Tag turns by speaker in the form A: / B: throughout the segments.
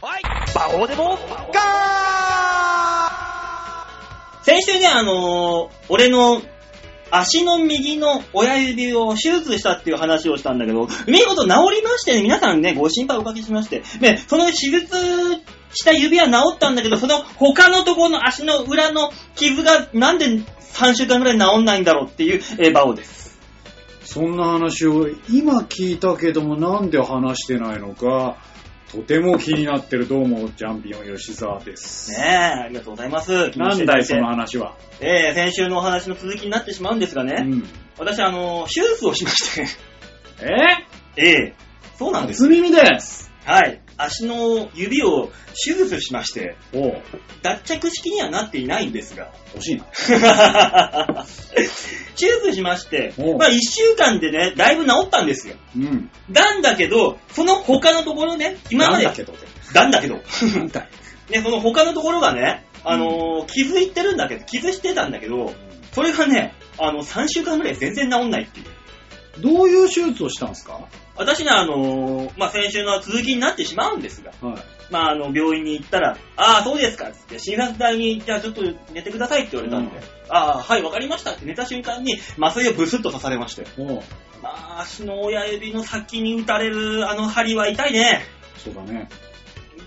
A: こうでも、ガー
B: 先週ね、あのー俺の足の右の親指を手術したっていう話をしたんだけど、見事治りましてね、皆さんね、ご心配おかけしまして。で、その手術した指は治ったんだけど、その他のところの足の裏の傷がなんで3週間ぐらい治んないんだろうっていう、えー、バオです。
C: そんな話を今聞いたけどもなんで話してないのか、とても気になってるどうもジャンピオン吉沢です。
B: ねえ、ありがとうございます。
C: なんだいその
B: の。
C: 話は。
B: えー、先週のお話の続きになってしまうんですがね、
C: うん、
B: 私、あのー手術をしまして、
C: え
B: ええそうなんです。
C: 初耳です。
B: はい。足の指を手術しまして、
C: おう、
B: 脱着式にはなっていないんですが。
C: 欲しいな。
B: 手術しまして、
C: おう
B: まあ1週間でね、だいぶ治ったんですよ。
C: うん。
B: なんだけど、その他のところね、今まで、
C: なんだけどね。
B: なんだけ ど、
C: なんだよ
B: ね、その他のところがね、あのー気づいてるんだけど、気づしてたんだけど、それがね、あの、3週間ぐらい全然治んないっていう。
C: どういう手術をしたんですか
B: 私ね、あのーまあ、先週の続きになってしまうんですが、
C: はい。
B: まあ、あの、病院に行ったら、ああ、そうですか、つって、診察台に、じゃあちょっと寝てくださいって言われたんで、
C: うん
B: ああ、はい、わかりましたって寝た瞬間に、麻酔をブスッと刺されましたよ。
C: おう、
B: まあ、足の親指の先に打たれる、あの針は痛いね。
C: そうだね。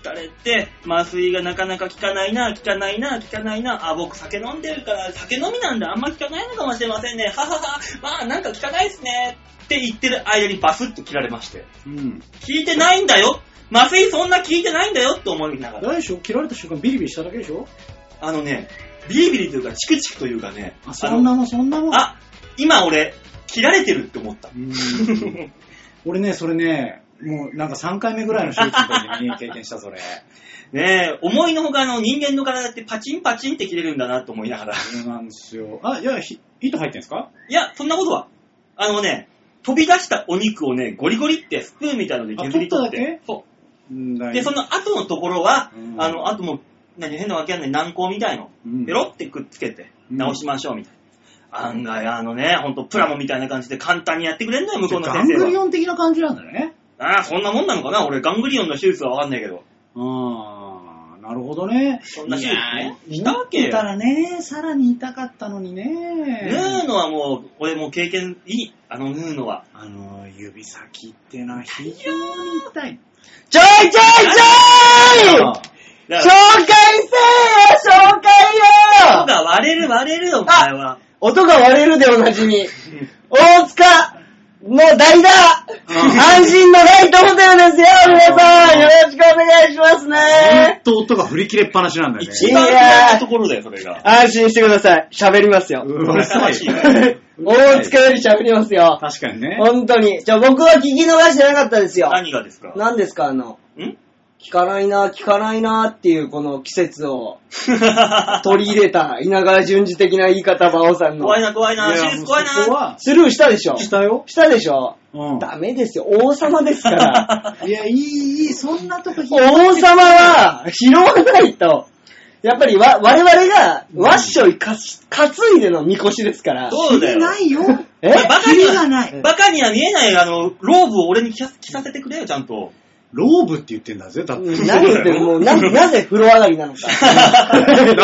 B: 打たれて、麻酔がなかなか効かないな、効かないな、効かないな、あ、僕酒飲んでるから、酒飲みなんであんま効かないのかもしれませんね、ははは、まあなんか効かないっすね、って言ってる間にバスッと切られまして、
C: うん。
B: 効いてないんだよ麻酔そんな効いてないんだよって思いながら、
C: 大将切られた瞬間ビリビリしただけでしょ
B: あのね、ビリビリというか、チクチクというかね、
C: あ、そんなもんそんな
B: あ
C: もん。
B: の、あ、今俺、切られてるって思った
C: う。 ん俺ね、それね、もうなんか3回目ぐらいの手術の時に経験した、それ。
B: ねえ、思いのほかあの人間の体ってパチンパチンって切れるんだなと思いながら。
C: そうなんですよ。あ、いや、ひ糸入ってんすか
B: いや、そんなことは。あのね、飛び出したお肉をね、ゴリゴリってスプーンみたいなので削り取って。
C: あ取っただけ
B: そ
C: うんだ
B: う。
C: い
B: で、その後のところは、
C: うん
B: あの、あともう、何、変なわけやない軟膏みたいの。
C: うん
B: ペロってくっつけて、
C: うん
B: 直しましょうみたいな。案外、あのね、ほんとプラモみたいな感じで簡単にやってくれんのよ、向こうの
C: ガン
B: 先
C: グ
B: 生
C: リ
B: は。
C: オン的な感じなんだね。
B: ああ、そんなもんなのかな俺、ガングリオンの手術はわかんないけど。
C: あー、なるほどね。
B: そんな手術ね。
C: いやー
B: したわけ
C: 見
B: よ
C: た。らね、さらに痛かったのにね。
B: 縫うのはもう、俺もう経験いい。あの縫うのは。
C: あの、指先ってのは非常に痛い。
D: ちょいちょいちょい
C: あ
B: だ
D: 紹介
B: から、
D: せーよ紹介
B: 音
D: よ
B: が割れる割れるよ、お前は。
D: 音が割れるでおなじみ。大塚の代打安心のライトホテルですよ皆さんよろしくお願いします
C: ず
D: ね
C: っと音が振り切れっぱなしなんだよ
B: 一
C: ね。
B: 番嫌いなところだよ、それが。
D: 安心してください。喋りますよ。
C: うるさい。
D: 大塚より喋りますよ。
C: 確かにね。
D: 本当に。じゃあ僕は聞き逃してなかったですよ。
B: 何がですか
D: 何ですかあの、
B: ん
D: 聞かないな、聞かないなっていうこの季節を取り入れた稲川淳二的な言い方、馬王さんの。
B: 怖いな、怖いな、手術怖い
C: そこ
B: な。
C: は、
D: スルーしたでしょ
C: したよ。
D: したでしょ
C: うん
D: ダメですよ。王様で すから。
C: いや、いい、いい、そんなとこ拾
D: 王様は拾わないと。やっぱりわ、我々が、わっしょいかし、担いでのみこしですから。
B: そうだ
C: え
B: よ。
C: ないよ。
D: え
B: バカに
C: キリがな
B: は、
C: い
B: バカには見えない、あの、ローブを俺に着さ着させてくれよ、ちゃんと。
C: ローブって言ってんだぜ、だって。
D: 何言ってもうな、なぜ風呂上がりなのか。我々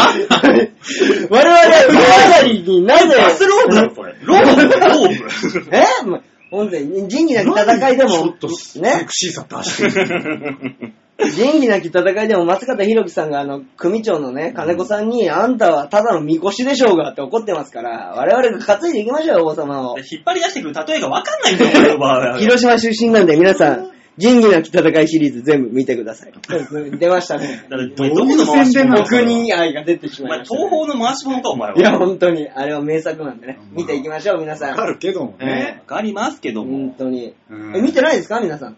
D: は風呂上がりになぜ、
B: バスローブだよ、これ。ローブローブ。
D: えもうほんとに、仁義なき戦い
C: ち
D: で
C: ょ
D: も
C: っと、セ
D: ね
C: ク、シーさ出してる。
D: 仁義なき戦いでも松方弘樹さんがあの、組長のね、金子さんに、あんたはただのみこしでしょうがって怒ってますから、我々が担いでいきましょうよ、王様を。
B: 引っ張り出してくる例えがわかんないんだよ、この場合。
D: 広島出身なんで皆さん、仁義なき戦いシリーズ全部見てください。出ました ね。
B: だからお前どこの回し
C: どういう宣伝な
B: 物
C: の
D: 国に愛が出てし
B: お
D: ま
B: 前、
D: いま
B: 東
D: した、ね。
B: 方の回し物か、お前は。
D: いや、本当に、あれは名作なんでね。
C: うん
D: 見ていきましょう、皆さ
C: わか
D: ん。
C: るけども
B: ね
C: ね。
B: わかりますけど
D: 本
B: も。
D: 当に。
C: うん
D: え、見てないですか、皆さん。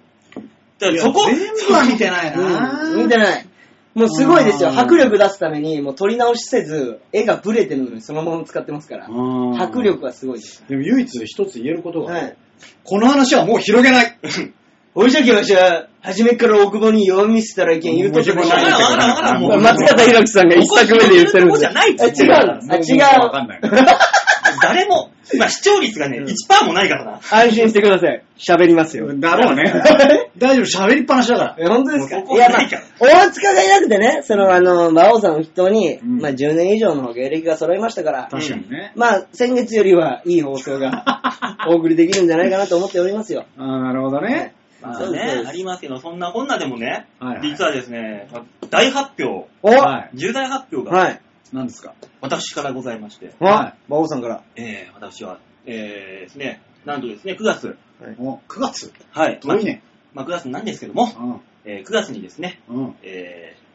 B: だから
C: いや
B: そこ、
C: 全部は見てないな
D: うん、見てない。もうすごいですよ。
C: うん
D: 迫力出すために、もう撮り直しせず、絵がブレてるのにそのまま使ってますから。
C: うん
D: 迫力はすごいです。
C: でも唯一一つ言えること
D: は
C: が、
D: い。
C: この話はもう広げ ない。
D: おいじゃきましゃ、初めから大久保に読み捨てたらいけん言うとこでし
B: わからん、わからん、わからん、もう。
D: 松方弘樹さんが一作目で言ってるん
B: ここじ
D: で
B: ゃないっつ
D: あ
B: ってん
D: 違う
B: だから
D: あ違う
C: わかんない。
B: 誰も、まあ視聴率がね、
C: うん
B: 1%もないからな。
D: 安心してください。喋りますよ。
C: だろうね。大丈夫、喋りっぱなしだから。
D: え、本当ですか
B: もうここ
D: いや、ま
B: な
D: あ
B: いから、
D: 大塚がいなくてね、その、あの、馬王さんを筆頭に、
C: うん
D: まあ、10年以上の芸歴が揃いましたから、
C: 確かにね。
D: まあ、先月よりはいい放送がお送りできるんじゃないかなと思っておりますよ。
C: ああ、なるほどね。
B: ま
D: そ
B: あ
D: うですそ
B: ね
D: うで、す
B: ありますけど、そんなこんなでもね、
C: はいはい
B: 実はですね、大発表、
D: お
C: は。
D: はい
B: 重大発表が
D: い。
C: 何ですか
B: 私からございまして、
C: は
D: はいい。馬王さんから。
B: えー、私は、えーですね、なんとですね、9月、
C: お、9月
B: はい、
C: 遠いね。
B: まあ、9月なんですけども、
C: うん。
B: えー9月にですね、
C: うん。
B: えー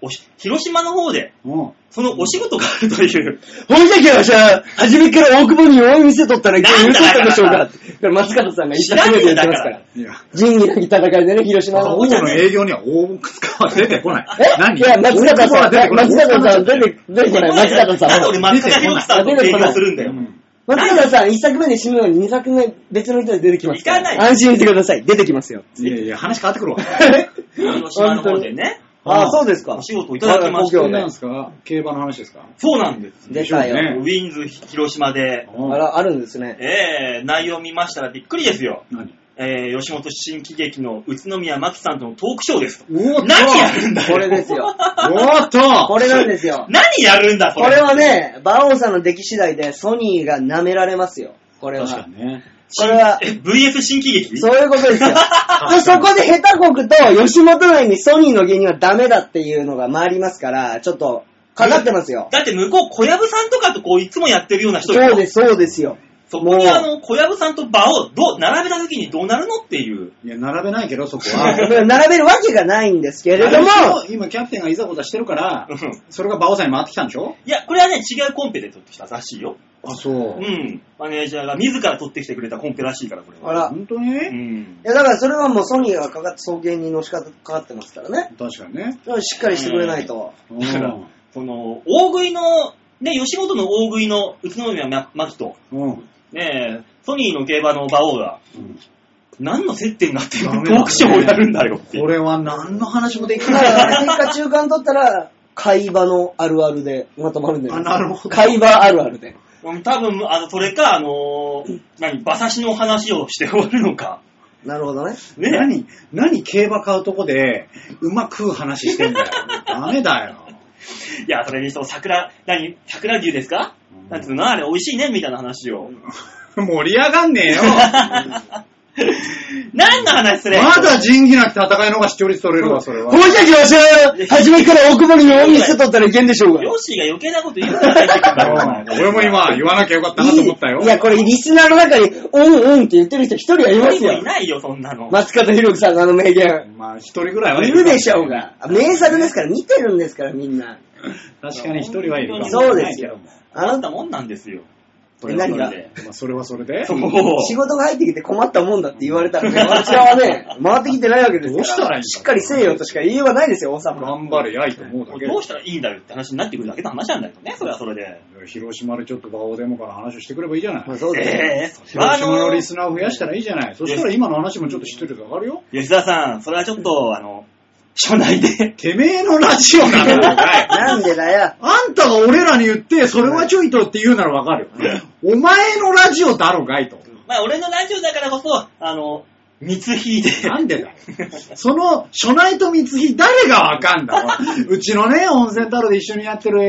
B: おし広島の方で、
C: うん。
B: そのお仕事があるという、
D: ほいじゃきはじゃあ、初めから大久保に大見せとったら、許
B: なんだ
D: しとったんでしょう
B: な
D: か
B: ん
D: って。これ松方さんが
B: 知
D: 一
B: ら
D: 発
B: ね
D: 目で
B: えん
D: 言って
B: だ
D: ま
B: か
D: すから
B: ら。。
C: いや、
D: 仁義なき戦いでね、広島の
C: 王
D: 方
C: 者の
D: で。
C: 営業には大塚は出てこない。
D: えいや、松
C: 大塚
D: 方さ
C: は
D: ん、
C: 出てこない。
D: 松方さん出て、出てこない、松
B: なん
D: 方
B: でなんで
D: さん。
B: 俺松方弘樹さんの提供するんだ
C: う
B: よ。
C: ん
D: 松方さん、一作目で死ぬのに二作目、別の人で出てきますから。
B: 行かない
D: 安心してください。出てきますよ。
C: いやいや、話変わってく るわ。
B: 広島の方でね、
C: あ
D: あ、そうですか
B: お。仕事をいただきまして、
D: あ
C: そう
D: ら
C: なんですか競馬の話ですか
B: そうなんです。
D: 出た
C: でしょう
D: よ。
B: ウィンズ広島で、
C: うん
D: あら、あるんですね。
B: えー、内容見ましたらびっくりですよ。
C: 何
B: えー、吉本新喜劇の宇都宮真紀さんとのトークショーですと。
C: おーっと
B: 何やるんだよ
D: これです
C: お
D: よ。
C: ーっと
D: これなんですよ。
B: 何やるんだ、そ
D: こ
B: れ。
D: れはね、馬王さんの出来次第でソニーが舐められますよ。これは。
C: 確かにね。
D: これは
B: え、VS 新喜劇
D: そういうことですよ。で、そこで下手国と吉本内にソニーの芸人はダメだっていうのが回りますから、ちょっと、かかってますよ。
B: だって向こう小籔さんとかとこういつもやってるような人。
D: そうですす、そうですよ。
B: そこに
D: もう
B: あの、小籔さんと場をどう、並べた時にどうなるのっていう。
C: いや、並べないけど、そこ は。
D: 並べるわけがないんですけれども、
C: 今、キャプテンがいざこざしてるから
B: う、ん
C: それが馬王さんに回ってきたんでしょ
B: いや、これはね、違うコンペで撮ってきたらしいよ。
C: あ、そうう。
B: ん。マネージャーが自ら撮ってきてくれたコンペらしいから、これは。
D: あら、
C: 本当
B: う
C: に
B: ん
D: い。やだからそれはもうソニーがかかって、送迎にのしかかってますからね。
C: 確かにね。
D: それはしっかりしてくれないと。
C: うん
B: だからその、大食いの、ね、吉本の大食いの宇都宮ま真紀と、
C: うん。
B: ねえ、ソニーの競馬の馬王が、
C: うん
B: 何の接点があって、ト
C: ダメだね
B: ークショーをやるんだよっていう
C: これは何の話もでき
D: だか
C: ない。
D: ら、結果中間取ったら、会話のあるあるでまとまるんだよ。
C: あなるほど
D: 会話あるあるで。
B: うん多分、あの、それか、あのー何、馬刺しの話をして終わるのか。
D: なるほど ね。
B: ね
C: 何、何競馬買うとこで、うまく話してん だよ。ダメだよ。
B: いや、それにそう、桜、何、桜牛ですか、
C: うん
B: なんつうのあれ、美味しいねみたいな話を。
C: 盛り上がんね えよ。
B: 何の話すれ
C: まだ仁義なき戦いの方が視聴率取れるわ、それは。
D: じゃきわしは、初めから奥森に大見せとったらいけんでしょう
B: ヨッシーが余計なこと言うから入ってくんだろうな
C: うん俺も今言わなきゃよかったなと思ったよ。
D: いいや、これリスナーの中に、うんうんって言ってる人一人はい
B: 一
D: ます
B: 人もい
D: よ。
B: ないよ、そんなの。
D: 松方弘樹さんのあの名言。
C: まあ、一人ぐらいはいね
D: るでしょうが。名作ですから、見てるんですから、みんな。
C: 確かに一人はいるかもしれ
D: そう
C: な
D: で
C: い
D: す
C: け
D: よ
C: ども。
D: あ
B: あん
D: な
B: たもんなんですよ。
D: え何が
C: まあ、それはそれで。
B: そう。
D: 仕事が入ってきて困ったもんだって言われた らね、私らはね、回ってきてないわけですから。
C: どうしたらいいんだ
D: しっかりせえよとしか言いようがないですよ、王様。
C: 頑張れやいと思うだけで
B: どうしたらいいんだよって話になってくるだけの話なんだけどね、それはそれで。
C: 広島でちょっとバオデモから話をしてくればいいじゃない。
D: まあそうですね。
B: ええそれは
C: 広
B: あ
C: 島の
B: の、
C: リスナーを増やしたらいいじゃない。そしたら今の話もちょっと知ってると上がるよ。
B: 吉田さん、それはちょっと、あの、署内で、
C: てめえのラジオなんだよお前。
D: なんでだよ。
C: あんたが俺らに言って、それはちょいとって言うならわかるよ。お前のラジオだろがいと。
B: まあ俺のラジオだからこそ、あの、密引いて、
C: なんでだよ。その、初内と光秀誰がわかんだろうちのね、温泉太郎で一緒にやってる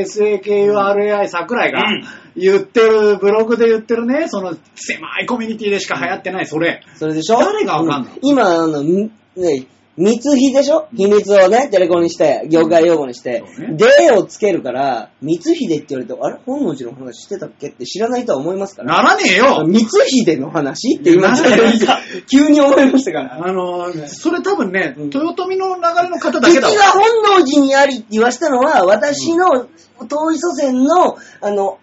C: SAKURAI 桜井が
B: うん
C: 言ってる、ブログで言ってるね、その狭いコミュニティでしか流行ってない、それ。
D: それでしょ
C: 誰がわかんない
D: 今、あの、みね、密秘でしょ秘密をね、テレコにして、業界用語にして
C: そう、ね
D: でをつけるから、密秘でって言われて、あれ本能寺の話してたっけって知らないとは思いますから。
C: ならねえよ
D: 密秘での話って今、
C: ならない
D: 急に思いましたから。
C: あの、それ多分ね、
D: うん
C: 豊臣の流れの方だ
D: 敵
C: けだ
D: が
C: わ
D: 本能寺にありって言わしたのは、私の遠い祖先の、あの、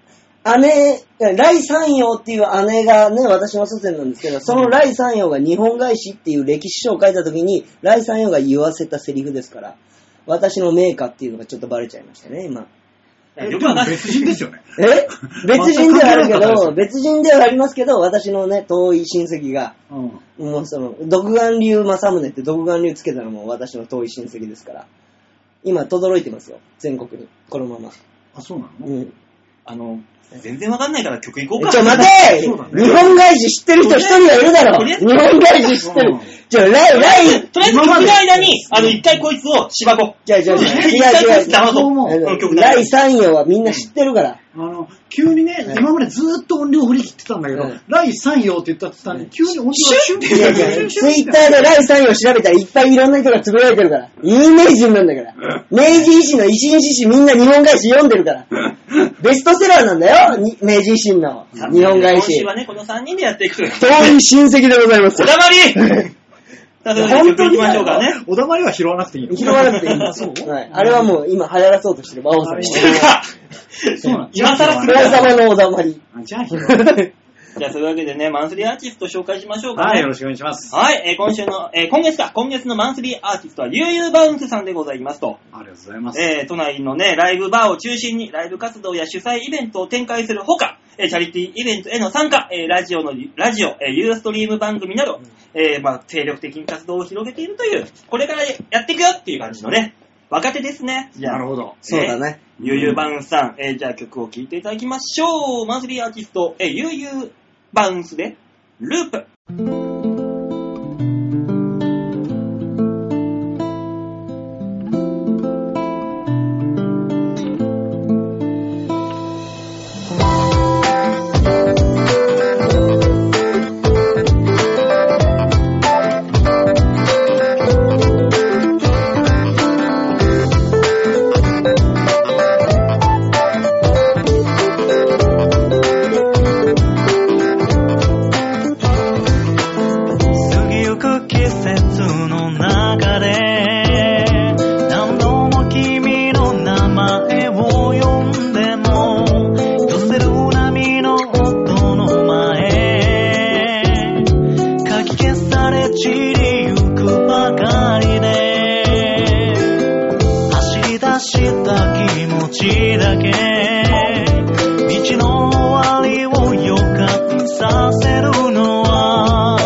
D: 姉、来三陽っていう姉がね、私の祖先なんですけど、その来三陽が日本返しっていう歴史書を書いた時に、来三陽が言わせたセリフですから、私の名家っていうのがちょっとバレちゃいましたね、今。
C: え
B: よ
C: で
B: くわ
C: も
B: かんない。
C: 別人ですよね。
D: え別人ではあるけ
C: 全く関係なかった
D: ど、
C: で
D: 別人ではありますけど、私のね、遠い親戚が、
C: うん
D: もうその、独眼竜政宗って独眼竜つけたのも私の遠い親戚ですから。今、轟いてますよ。全国に。このまま。
C: あ、そうなの
D: うん。
B: あの、全然わかんないから曲行こうか。
D: ちょ、待て
C: そうだね
D: 日本外事知ってる人一人はいるだろ
B: とりあえ
D: 日
B: ず
D: 本外事知ってる
C: うん。
D: じゃあ、ライ、ライ、
B: とりあえず曲の間に、あの、一回こいつをしばこう。
D: じゃあ、じゃあ、じゃあ、
B: 一
D: じゃあ
B: 回こいつ
D: じゃあ
B: 騙そう。
C: もう
D: あ
B: この曲
D: の
B: だ
D: ライ3、4はみんな知ってるから。
C: あの、急にね、今までずーっと音量振り切ってたんだけど、
D: うん
C: 第3用って言ったってたのに、急に音量がシュンって
D: いやいや、ツイッターでライ3、4調べたらいっぱいいろんな人がつぶやいてるから。有名人なんだから。 明治維新の維新志士みんな日本外史読んでるから。 ベストセラーなんだよ、に明治維新の日本外
B: 今
D: 史
B: 週。はね、この3人でやっていくと いう。
D: 遠い親戚でございま
B: お
D: す。
B: だまりさあ、それでは曲
D: 本当
B: 行
D: に
B: きましょうかね。
C: おだまりは拾わなくていいの
D: 拾わなくていい。
C: あそう
D: はい。あれはもう今流行 らそうとしてる、馬王さん。
B: してるか。
C: そうなん
B: 今更する
D: お王
B: か。
D: 様のおだまり。
C: あじゃあ拾わ な
D: は
B: じゃあ、そういうわけでね、マンスリーアーティスト紹介しましょうかね。
C: はい、よろしくお願いします。
B: はい、えー今週の、えー今月か、今月のマンスリーアーティストは、ゆうゆうバウンスさんでございますと、
C: ありがとうございます。
B: えー都内のね、ライブバーを中心に、ライブ活動や主催イベントを展開するほか、えーチャリティーイベントへの参加、えーラジオの、ラジオ、えーユーストリーム番組など、えーまあ、精力的に活動を広げているという、これからやっていくよっていう感じのね、若手ですね。じゃあ
C: なるほど。
D: そうだね。
B: えーゆうゆうバウンスさん、えーじゃあ曲を聴いていただきましょう。マンスリーアーティスト、えーゆうゆうバウンスで、ループ。
A: 過ぎゆく季節の中で何度も君の名前を呼んでも寄せる波の音の前かき消され散りゆくばかりで走り出した気持ちだけ道の終わりを予感させるのは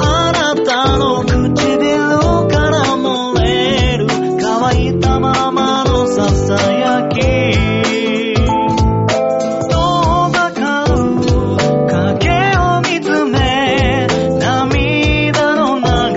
A: あなたの唇から漏れる乾いたままのささやき遠ざかる影を見つめ涙の中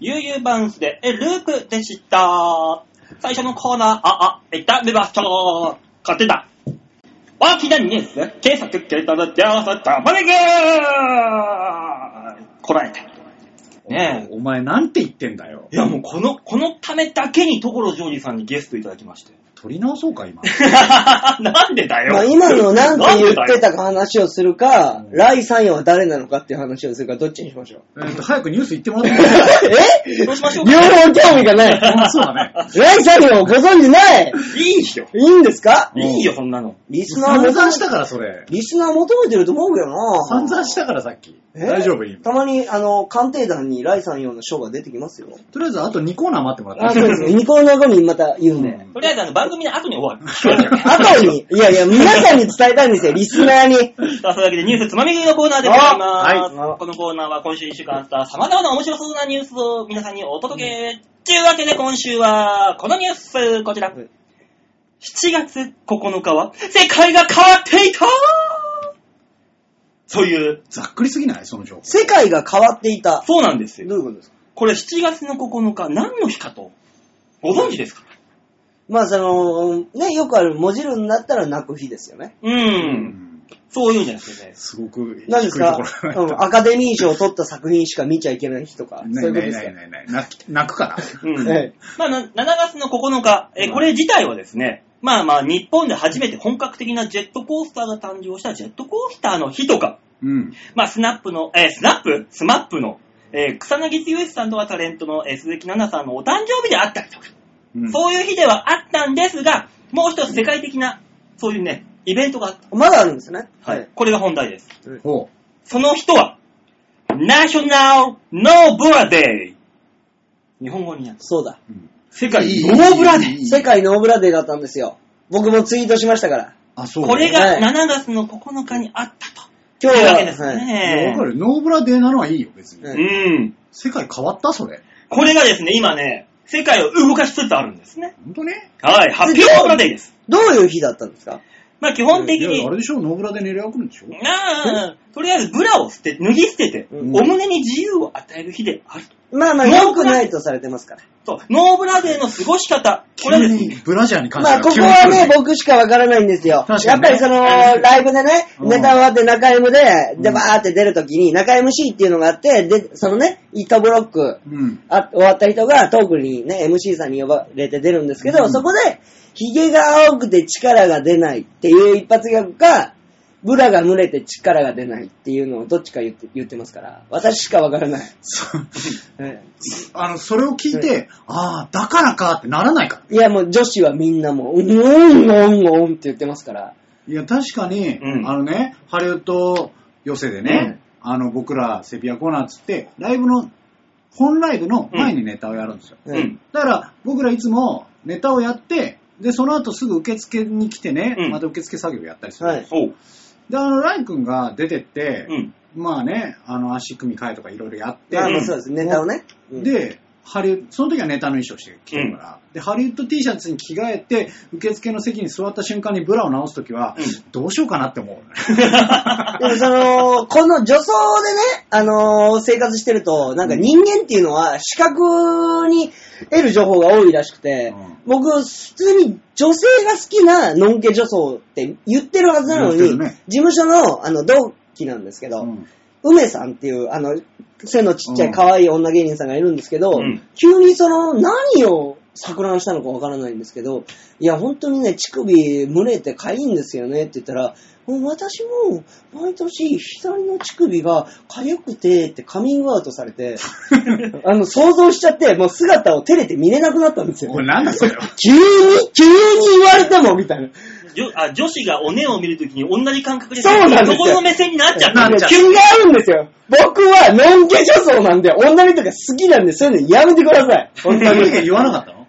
B: 悠々バウンスで、え、ループでした。最初のコーナー、あ、あ、いった、めましょう。勝手だ。大きなニュース、警察、警察、警察、玉ねぎこらえて。ねえ。
C: お前なんて言ってんだよ
B: い。やもうこの、このためだけに所ジョージさんにゲストいただきまして。
C: 取り直そうか、今。
B: なんでだよ。
D: まあ、今のなんて言って
B: なんでだよ
D: たか話をするか、ライ3位は誰なのかっていう話をするか、どっちにしましょう。
C: えーと、早くニュース言ってもらっていいです
D: え
B: どうしましょ
D: 両
B: うか。
D: 方興味がない。
C: か そうだね。
D: ライ3位をご存知ない
B: いいよ。
D: いいんですか
B: いいよ、そんなの。
D: リスナ
C: 散
D: ー求
C: 々
D: め
C: した
D: て、
C: から、それ。
D: リスナー求めてると思うけどな
C: 散々したから、さっき。
D: え
C: 大丈夫、今。
D: たまに、あの、鑑定団にライさん用の賞が出てきますよ。
C: とりあえず、あと2コーナー待ってもら
D: あ、
C: って
D: そ
C: いうい
D: ですね。ニコの中身また言うんで。
C: うん
B: とりあえずあの番組の後に 終わる。
D: 後に、いやいや、皆さんに伝えたんですよ、リスナーに。
B: さあ、そういうわけでニュースつまみ食いのコーナーでございます。
D: あはい
B: このコーナーは今週1週間あった様々な面白そうなニュースを皆さんにお届け。というわけで今週は、このニュース、こちら。7月9日は、世界が変わっていたそういう、
C: ざっくりすぎないその情報。
D: 世界が変わっていた。
B: そうなんですよ。
D: どういうことですか
B: これ7月の9日、何の日かと、ご存知ですか
D: まあ、その、ね、よくある、文字るんだったら泣く日ですよね。
B: う。。
C: うん
B: そういうんじゃなくてね。
C: すごく低い
D: 何ですか
C: ところ
D: うんアカデミー賞を取った作品しか見ちゃいけない日とか、そ う
C: ないいう
D: こと
C: ない
D: で
C: な
D: すか
C: いないない。泣き泣くから。
B: うん。
D: はい
B: まあ、な7月の9日、えーこれ自体はですね、まあまあ、日本で初めて本格的なジェットコースターが誕生したジェットコースターの日とか、
C: うん。
B: まあ、スナップの、えースナップスマップの、えー草薙剛さんとはタレントの、えー鈴木奈々さんのお誕生日であったりとか、
C: うん
B: そういう日ではあったんですが、もう一つ世界的な、そういうね、イベントがあった。
D: まだあるんですね。
B: これが本題です。
C: ほ
B: その人は、ナショナルノーブラデー。日本語になる。
D: そうだ。
C: う。うん
B: 世界
C: いい
B: ノーブラデー。
C: いい
D: 世界ノーブラデーだったんですよ。僕もツイートしましたから。
C: あ、そう。
B: これ
D: は
B: が
D: い
B: 7月の9日にあったと。
D: 今日
B: という
D: は、
B: わけです
D: はい
C: いやわ
B: ね
C: か。る。ノーブラデーなのはいいよ、別に。
D: うん
B: うん。
C: 世界変わったそれ。
B: これがですね、今ね、世界を動かしつつあるんですね。
C: 本当ね
B: はい、ハッピーオーバーデーです。
D: どういう日だったんですか
B: まあ基本的
C: いや
B: に
C: あ、れでしょノーブラで狙いをくるんでしょ
B: あーとりあえずブラを捨て、脱ぎ捨てて、
D: うん
B: お胸に自由を与える日であると。
D: まあまあ、
B: ノー
D: 良
B: ブ
D: く
B: ラ
D: ないとされてますから。
B: そう、ノーブラデーの過ごし方。これは
C: 急
B: です
C: に
B: ね、
C: ブラジャーに関して
D: まあ、ここはね、僕しかわからないんですよ。
C: 確か
D: やっ
C: に
D: ぱ
C: ね
D: りその、
B: うん
D: ライブでね、
C: うん
D: ネタ終わって中 M で、で、
C: うん
D: バーって出るときに、中 MC っていうのがあって、で、そのね、糸ブロック、
C: うん。
D: あ終わった人がトークにね、MC さんに呼ばれて出るんですけど、
C: うん
D: そこで、髭が青くて力が出ないっていう一発ギャグか、ブラが蒸れて力が出ないっていうのをどっちか言って言ってますから、私しかわからない。
C: そ
D: え
C: あの、それを聞いて、ああ、だからかってならないから。
D: えいやもう女子はみんなもう、うん、うん、うん、うんって言ってますから。
C: いや、確かに、
B: うん
C: あのね、ハリウッド寄せでね、あの、僕らセピアコーナーっつって、ライブの、本ライブの前にネタをやるんですよ。
B: う
D: ええ
B: ん。
C: だから、僕らいつもネタをやって、で、その後すぐ受付に来てね、
B: うん
C: また受付作業やったりする。
D: はい。
B: おう。
C: で、あの、ライ君が出てって、
B: うん。
C: まあね、あの、足組み替えとかいろいろやって、
D: まあま
B: う
D: あ
B: ん
D: そうです、ネタをね。うん
C: で、ハリウッド、その時はネタの衣装して着てるから、で、ハリウッド T シャツに着替えて、受付の席に座った瞬間にブラを直す時は、
B: うん
C: どうしようかなって思うね。
D: でもその、この女装でね、あのー生活してると、なんか人間っていうのは視覚に得る情報が多いらしくて、
C: うん
D: 僕、普通に女性が好きなのんけ女装って言ってるはずなの
C: 言って
D: に、
C: るね
D: 事務所のあの同期なんですけど、
C: うん
D: 梅さんっていう、あの、背のちっちゃい可愛い女芸人さんがいるんですけど、
B: うん
D: 急にその、何を錯乱したのかわからないんですけど、いや、本当にね、乳首、蒸れてかゆいんですよねって言ったら、もう私も、毎年、左の乳首がかゆくて、ってカミングアウトされて、あの、想像しちゃって、もう姿を照れて見れなくなったんですよ。
C: おい、なんだそれは。
D: 急に、急に言われても、みたいな。
B: じょあ女子がおねを見るときに同じ感覚で、
D: そうなんですよ
B: この目線になっちゃった
C: なっちゃう
D: 急にあるんですよ。僕は、のんけ女装なんで、女の人が好きなんで、そういうのやめてください。
C: そんな時は言わなかったの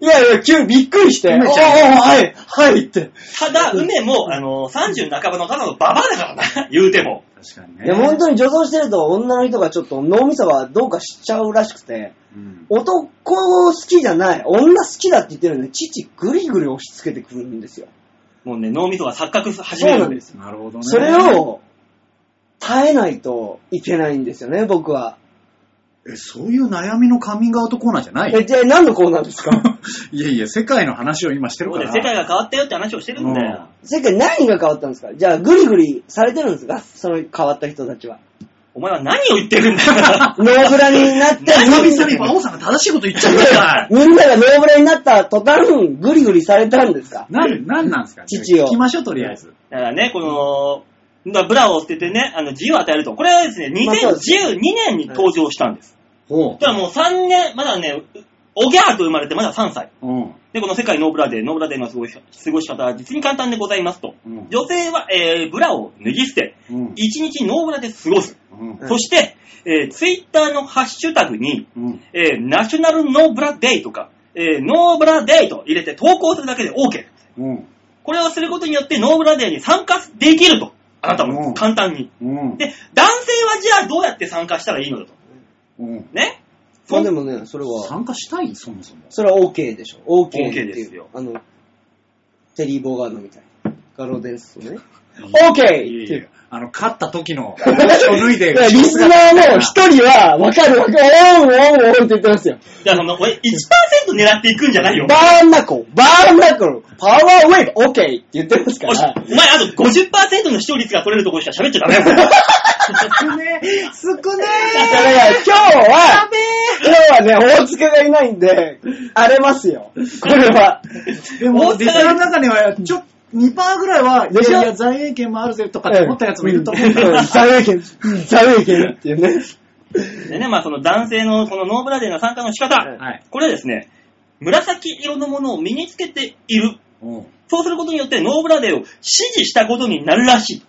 D: いやいや、急にびっくりして、お
C: 梅
D: お
C: ちゃん
D: はい、はいって。
B: ただ、梅も、あの、30半ばの方のババアだからな、 言うても。
C: 確かに
D: いや、本
C: ね。
D: 当に女装してると女の人がちょっと脳みそがどうかしちゃうらしくて、
C: うん
D: 男好きじゃない、女好きだって言ってるのに、父ぐりぐり押し付けてくるんですよ。
B: もうね、脳みそが錯覚始めるんです。
C: なるほどね。
D: それを、耐えないといけないんですよね、僕は。
C: え、そういう悩みのカミングアウトコーナーじゃない
D: え、じゃあ何のコーナーですか
C: いやいや、世界の話を今してる
B: そ
C: か
B: うで
C: ら。
B: 世界が変わったよって話をしてるんだよ。
D: 世界何が変わったんですかじゃあ、ぐりぐりされてるんですかその変わった人たち は。
B: お前は何を言ってる んだよ。
D: ノーブラ になって、
C: 久々に馬王さんが正しいこと言っちゃったじゃな い。
D: みんながノーブラになった途端、ぐりぐりされたんですか
C: なん、なんなんですか
D: 父を
C: 聞きましょう、とりあえず。
B: だからね、この、だからブラを捨ててね、あの、自由を与えると。これはですね、
D: まあそうです
B: 2012年に登場したんです。
C: ほ
B: ただもう3年、まだね、おぎゃーと生まれてまだ3歳。
C: う。うん。
B: で、この世界ノーブラデー、ノーブラデーの過ごし過ごし方は実に簡単でございますと。
C: うん。
B: 女性は、えー、ブラを脱ぎ捨て、
C: うん。
B: 1日ノーブラで過ごす。
C: うん
D: うん
B: そして、えー、ツイッターのハッシュタグに、
C: うん。
B: えー、ナショナルノーブラデイとか、えー、ノーブラデイと入れて投稿するだけで OK。
C: うん。
B: これをすることによってノーブラデーに参加できると。あなた
C: う
B: も
C: ん
B: 簡単に。
C: うん。
B: で、男性はじゃあどうやって参加したらいいのだと。
C: うん。
B: ねそ
D: まあ
B: ん
D: でもね、それは、
C: 参加したいそもそも。
D: それは OK でしょ。OK っていう。
B: OK ですよ
D: あの、テリー・ボーガードみたいな。ガロデンスとね。
C: い
D: OK! って
C: い
D: いう
C: や。あの、勝った時の、を脱いで。
D: だからリスナーの一人は、わかるわかる、おーんおーんおーんって言ってますよ。
B: じゃあその、俺1%狙っていくんじゃないよ。
D: バーンナコル、バーンナコル、パワーウェイブ、OK って言ってますか
B: おし
D: ら。
B: お前あと50%の視聴率が取れるところしか喋っちゃダメ だよ。
C: 少ねえ少ね
D: だから今日は、今日はね、大塚がいないんで、荒れますよ。これは。
C: えでも、
B: 大阪
C: リスナーの中には、ちょ、2%ぐらいは、い
D: でしょ
C: やいや、財源権もあるぜとかって思ったやつもいると思うんだ
D: うんうんザウェイケン、ザウェイケンっていうね。
B: でね、まあその男性のこのノーブラデーの参加の仕方、
D: うん
C: はい。
B: これはですね、紫色のものを身につけている。
C: うん。
B: そうすることによってノーブラデーを支持したことになるらしい。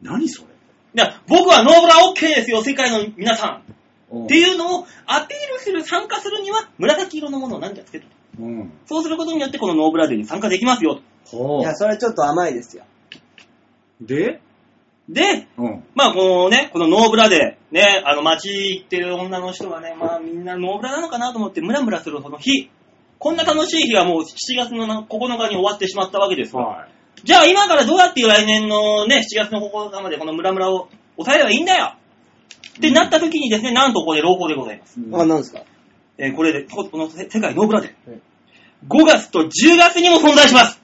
C: 何それ
B: だから僕はノーブラ OK ですよ、世界の皆さん。
C: うん
B: っていうのをアピールする、参加するには紫色のものを何かつける。
C: うん。
B: そうすることによってこのノーブラデーに参加できますよ。
C: ほ
D: いや、
C: う。
D: それはちょっと甘いですよ。
C: で
B: で、
C: うん。
B: まあ、このね、このノーブラで、ね、あの、街行ってる女の人がね、まあ、みんなノーブラなのかなと思って、ムラムラするその日。こんな楽しい日はもう7月のな9日に終わってしまったわけですよ。
C: は
B: じゃあ今からどうやって来年のね、7月の9日までこのムラムラを抑えればいいんだよってなった時にですね、なんとここで朗報でございます。
C: い。
D: あ、なんですか
B: えーこれで、ここの世世界ノーブラで
D: うん。
B: 5月と10月にも存在します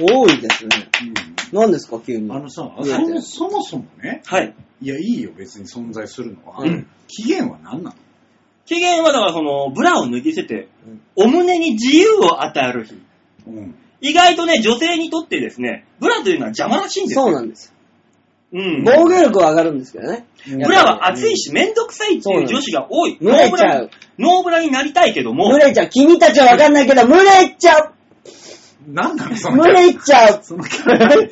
D: 多いですね。
C: うん
D: 何ですか、急に。
C: あのさ、
D: いや
C: そ
D: い
C: も
D: や
C: そもそもね、
B: はい。
C: いや、いいよ、別に存在するのは。
B: うん
C: 期限は何なの
B: 期限はだからその、ブラを脱ぎ捨てて
D: うん、
B: お胸に自由を与える日。
C: うん。
B: 意外とね、女性にとってですね、ブラというのは邪魔らしいんですよ。
D: そうなんですよ。
B: うん。
D: 防御力は上がるんですけどね。
C: うん
B: ブラは暑いし、めんどくさいって
D: そ
B: い
D: うな
B: うん女子が多い。
D: 蒸
B: ノー
D: れ
B: ブ
D: ちゃ
B: ラ
D: う、。
B: ノーブラになりたいけども
D: 蒸、れちゃう。君たちはわかんないけど、蒸れちゃう。
C: 何なのその
D: 蒸
C: キャラ
D: れちゃう。
C: そのキャラ。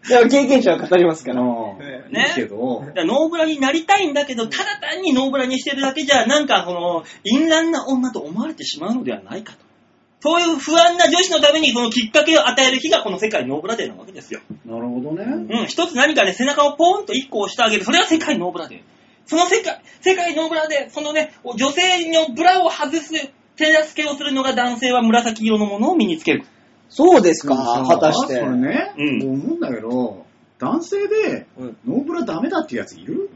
D: でも経験者は語りますから。
C: うん
B: ね
C: いいけど、
B: だからノーブラになりたいんだけど、ただ単にノーブラにしてるだけじゃ、なんかこの、淫乱な女と思われてしまうのではないかと。そういう不安な女子のために、そのきっかけを与える日が、この世界ノーブラデーなわけですよ。
C: なるほどね。
B: うん、一つ何かね、背中をポーンと一個押してあげる。それは世界ノーブラで。その世界、世界ノーブラで、そのね、女性のブラを外す手助けをするのが男性は紫色のものを身につける。
D: そうですか、
C: さ
D: 果たして
C: こ。れね、
B: うん
C: 思うんだけど、男性で
D: うん、
C: ノーブラダメだっていうやついる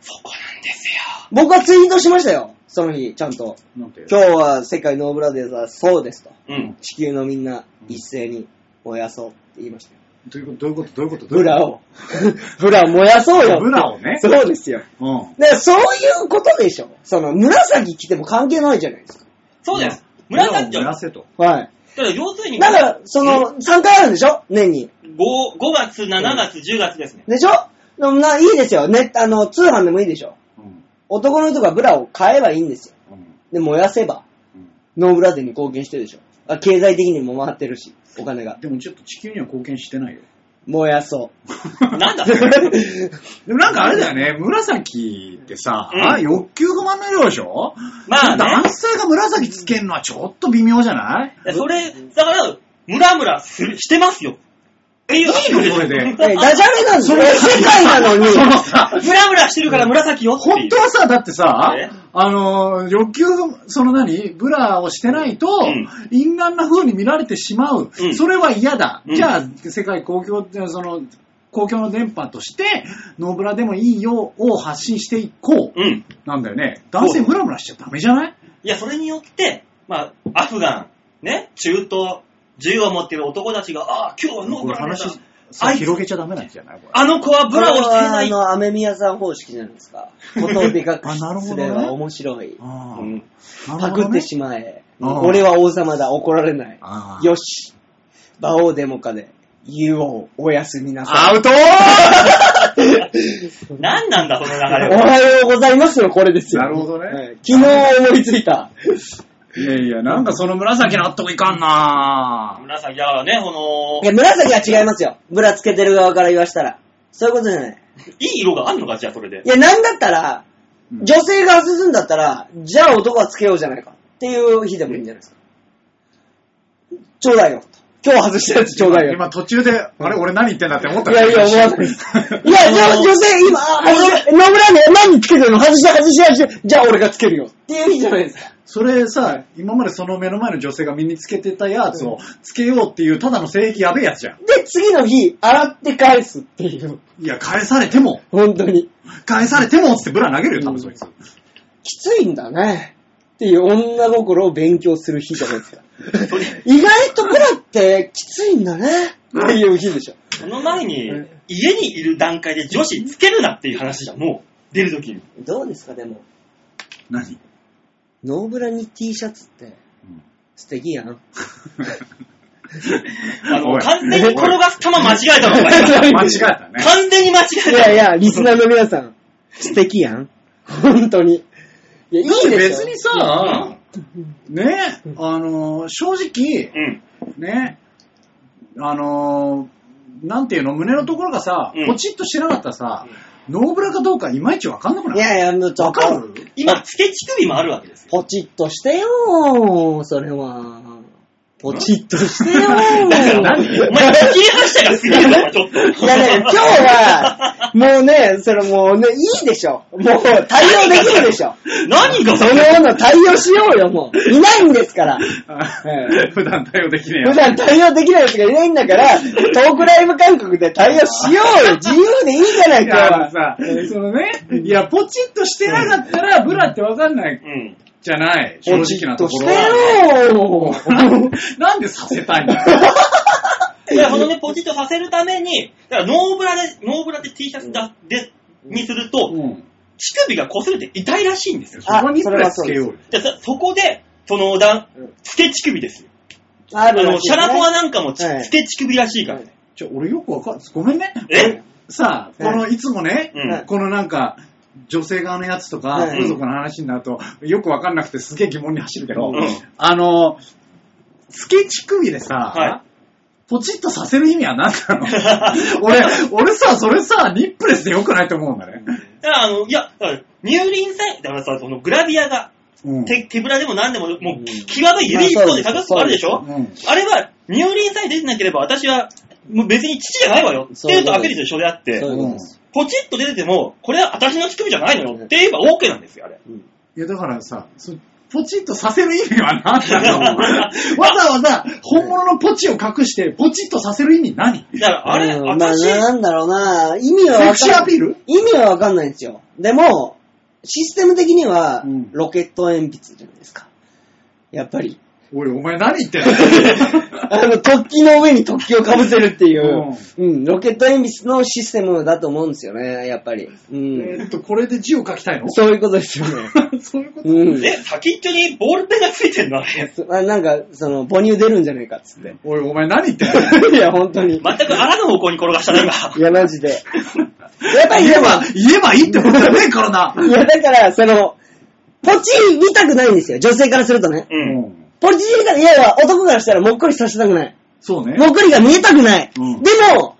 B: そこなんですよ。
D: 僕はツイートしましたよ。その日、ちゃんと。
C: なんて。
D: 今日は世界ノーブラデーズはそうですと。
B: うん。
D: 地球のみんな一斉に燃やそうって言いましたよ。
C: どういうことどういうことどういうこと
D: ブラを。 ブラを燃やそうよって。
C: ブラをね
D: そうですよ。
C: うん。
D: だからそういうことでしょ。その、紫着ても関係ないじゃないですか。
B: そうです。
C: 村
B: 紫
C: を
B: は、
C: 燃
B: だ
C: や
B: か
C: せと。
D: はい。
B: ら要するに、
D: だから、その、3回あるんでしょ年に。
B: 5、5月、7月、10月ですね。
D: でしょでもな、いいですよ。ね、あの、通販でもいいでしょ。
C: うん。
D: 男の人がブラを買えばいいんですよ。
C: うん。
D: で、燃やせば、
C: うん
D: ノーブラデーに貢献してるでしょ。あ経済的にも回ってるし、お金が。
C: でもちょっと地球には貢献してないよ。
D: 燃やそ
B: なんだ
D: う。
C: でもなんかあれだよね、紫ってさ、
B: うん
C: あ欲求不満の色でしょ
B: まあね
C: 男。性が紫つけるのはちょっと微妙じゃない
B: いやそれ、だから、ムラムラするしてますよ。え、いいの
C: いいのこれで
D: えダジャレなんですよ。世界なのに。
C: そのさ、
B: ムラムラしてるから紫よっていう
C: 本当はさ、だってさ
B: え、
C: あの、欲求、その何ブラをしてないと
B: ん、
C: 淫乱な風に見られてしまう
B: う。ん
C: それは嫌だ
B: う。ん
C: じゃあ、世界公共って、その、公共の電波として、ノーブラでもいいよを発信していこう。
B: うん。
C: なんだよね。男性ムラムラしちゃダメじゃない
B: いや、それによって、まあ、アフガン、ね、中東、銃を持っている男たちが、ああ、今日はノー
C: こ
B: ブ
C: れ
B: ラだ
C: 話、
B: あ
C: さ
B: いつ
C: 広げちゃダメなんじゃないこれ。
B: あの子はブラをしていな
D: こ
B: い
D: れ。はあの、雨宮さん方式じゃないですか。ことをでかく
C: あなるほ
D: す
C: どね
D: れば面白い。
C: あ
B: うん
C: あ、な
D: パ
C: るほ
D: ク
C: ど
D: っ
C: ね
D: て。しまえ。
C: あー
D: 俺は王様だ、怒られない。
C: あー
D: よし。馬王デモカで、言おう、おやすみなさ
C: ア
D: い。
C: ウト
B: 何なんだ、その
D: お
B: 流れは。
D: はようございますよ、これです よ。
C: なるほどね
D: はい昨日思いついた。
C: いやいや、なんかその紫納得いかんな
B: 紫、だからね、こ
D: い
B: の
D: や、、紫は違いますよ。ブラつけてる側から言わしたら。そういうことじゃない。
B: いい色があるのか、じゃあ、それで
D: い。や、なんだったら、
C: うん
D: 女性が外すんだったら、じゃあ男はつけようじゃないか。っていう日でもいいんじゃないですか。ちょうだいよ。今日外したやつちょうだいよ。
C: 今途中で、あれ俺何言ってんだって思った
D: いやいや、思わないです。いや、じゃあ女性、今、あ、あの、野村ね、何つけてるの外して外して外して、じゃあ俺がつけるよ。っていう日じゃないですか。
C: それさ、今までその目の前の女性が身につけてたやつをつけようっていう、ただの性癖やべえやつじゃん。
D: で、次の日、洗って返すっていう。
C: いや、返されても、
D: 本当に。
C: 返されてもっつってブラ投げるよ、多分そいつ。
D: きついんだね。っていう女心を勉強する日じゃな いですか。
B: それ
D: 意外とブラってきついんだね。っていう日でしょ。
B: その前に、家にいる段階で女子つけるなっていう話じゃん、もう。出るときに。
D: どうですか、でも。
C: 何
D: ノーブラに T シャツって、素敵やん。
B: あの、
C: おい
B: 完全に転がす球間違えたの、 お前
D: おい
C: 間違えたね。
B: 完全に間違え
D: い
B: た。
D: やいや、リスナーの皆さん、素敵やん。本当に。いや、いいで
C: 別
D: すよ
C: に。さ、ね、あの、正直、
B: うん。
C: ね、あの、なんていうの、胸のところがさ
B: うん、
C: ポチッとしてなかったらさ、ノーブラかどうかいまいちわかんなくない
D: いやいや、もうちょ
C: わ
D: っ
C: か
D: と
C: る、
B: 今、つけ乳首もあるわけですよ。
D: ポチッとしてよー、それは。ポチッとしてよー。
B: だから何、お前、切り発射が過ぎるから、ちょっと。
D: いやね、今日は、もうね、それもうね、いいでしょ。もう対応できるでしょ。
B: 何が
D: そのもの対応しようよ、もう。いないんですから。
C: 普段対応できねえ
D: 普段対応できない奴がいないんだから、トークライブ感覚で対応しよ うよ。自由でいいじゃない
C: いや、あの
D: か。
C: さ、そのね、いや、ポチッとしてなかったら、ブラってわかんない
B: うん。
C: じゃない、正
D: ポチ
C: 直
D: ッ
C: なと
D: と
C: こ
D: し
C: ろ
D: て
C: は。
D: よー。
C: なんでさせたいんだよ。
B: だから、このね、ポチッとさせるために、だから、ノーブラで、ノーブラで T シャツだ、で、にすると、
C: うん。
B: 乳首が擦れて痛いらしいんですよ。
C: そこにプレスつけようよ。
B: じゃあ、そそこで、その、だ
D: うん、
B: つけ乳首ですよ。
D: あ
B: あの、シャラポワな
D: な
B: んかもつ
D: はい
B: つけ乳首らしいから
D: は
B: ね。
C: ちょ、俺よくわかんない。ごめんね。
B: え
C: さあ、この、いつもね、
B: うん。
C: このなんか、女性側のやつとか、
D: はい
C: 風俗の話になると、よくわかんなくてすげえ疑問に走るけ
B: う
C: ど、
B: ん
C: あの、付け乳首でさ、
B: は
C: ポチッとさせる意味は何な の俺、俺さ、それさ、ニップレスでよくないと思うんだね。
B: だから、あの、いや、だから乳輪祭、だからさ、そのグラビアが、
C: うん。
B: 手、手ぶらでも何でも、も
D: う
B: う、
D: ん
B: き際どい指一本で探すとこあるでしょ
C: うん
B: あれは、乳輪祭出てなければ、私は、もう別に父じゃないわよ。って
D: そういう
B: いう
D: こと
B: とアピールと一緒であって、
D: そういうことです。
B: ポチッと出てても、これは私の乳首じゃないのよって言えば OK なんですよ、あれ。
C: いや、だからさ、そポチッとさせる意味は何 なのわざわざ本物のポチを隠して、ポチッとさせる意味何
B: だから、あれ、
D: うんまあ、
B: 私、
D: なんだろうな。意味は
C: セ
D: わ
C: クシー
D: か
C: ア
D: んない。
C: ピール
D: 意味はわかんないんですよ。でも、システム的には
C: うん、
D: ロケット鉛筆じゃないですか。やっぱり。
C: おい、お前何言ってん の
D: あの、突起の上に突起をかぶせるっていう、うん、ロケット鉛筆のシステムだと思うんですよね、やっぱり。う
C: え
D: ん。
C: ーっと、これで字を書きたいの
D: そういうことですよね。
C: そういうこと
D: うん。
B: え、先っちょにボールペンがついてんのあれ。
D: あなんか、その、母乳出るんじゃないかっつ って。
C: おい、お前何言ってんの
D: いや、本当に。
B: 全くあらぬ方向に転がしたね、今。
D: いや、マジで。やっぱり
C: 言え
D: でも、
C: ば、言えばいいってことじゃねえからな。
D: いや、だから、その、ポチ見たくないんですよ、女性からするとね。
B: うん。
C: うん
D: ポチ見たくない。いやいや、男からしたらもっこりさせたくない。
C: そうね。
D: もっこりが見えたくない。
C: うん
D: でも、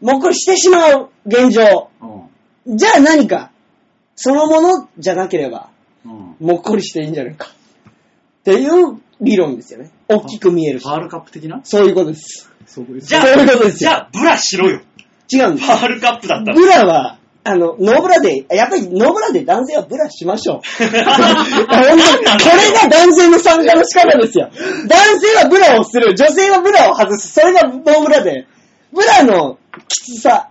D: もっこりしてしまう、現状。じゃあ何か、そのものじゃなければ、
C: うんうん
D: もっこりしていいんじゃないか。っていう理論ですよね。大きく見えるし。
C: パールカップ的な
D: そういうことです。
C: そういう
B: じゃあ
D: そういうことです
B: じ
D: よ
B: ゃあ、ブラしろよ。
D: 違うんです
B: パ。ールカップだったら。
D: ブラは、あの、ノーブラで、やっぱりノーブラで男性はブラしましょう。本当にこれが男性の参加の仕方ですよ。男性はブラをする、女性はブラを外す、それがノーブラで、ブラのきつさ、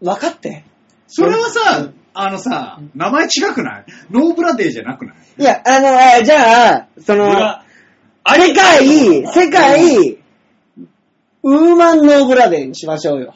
D: 分かって。
C: それはさ、あのさ、名前違くないノーブラデーじゃなくない
D: いや、あの、あじゃあ、その、
B: 裏
D: 世界、世界、ウーマンノーブラデンにしましょうよ。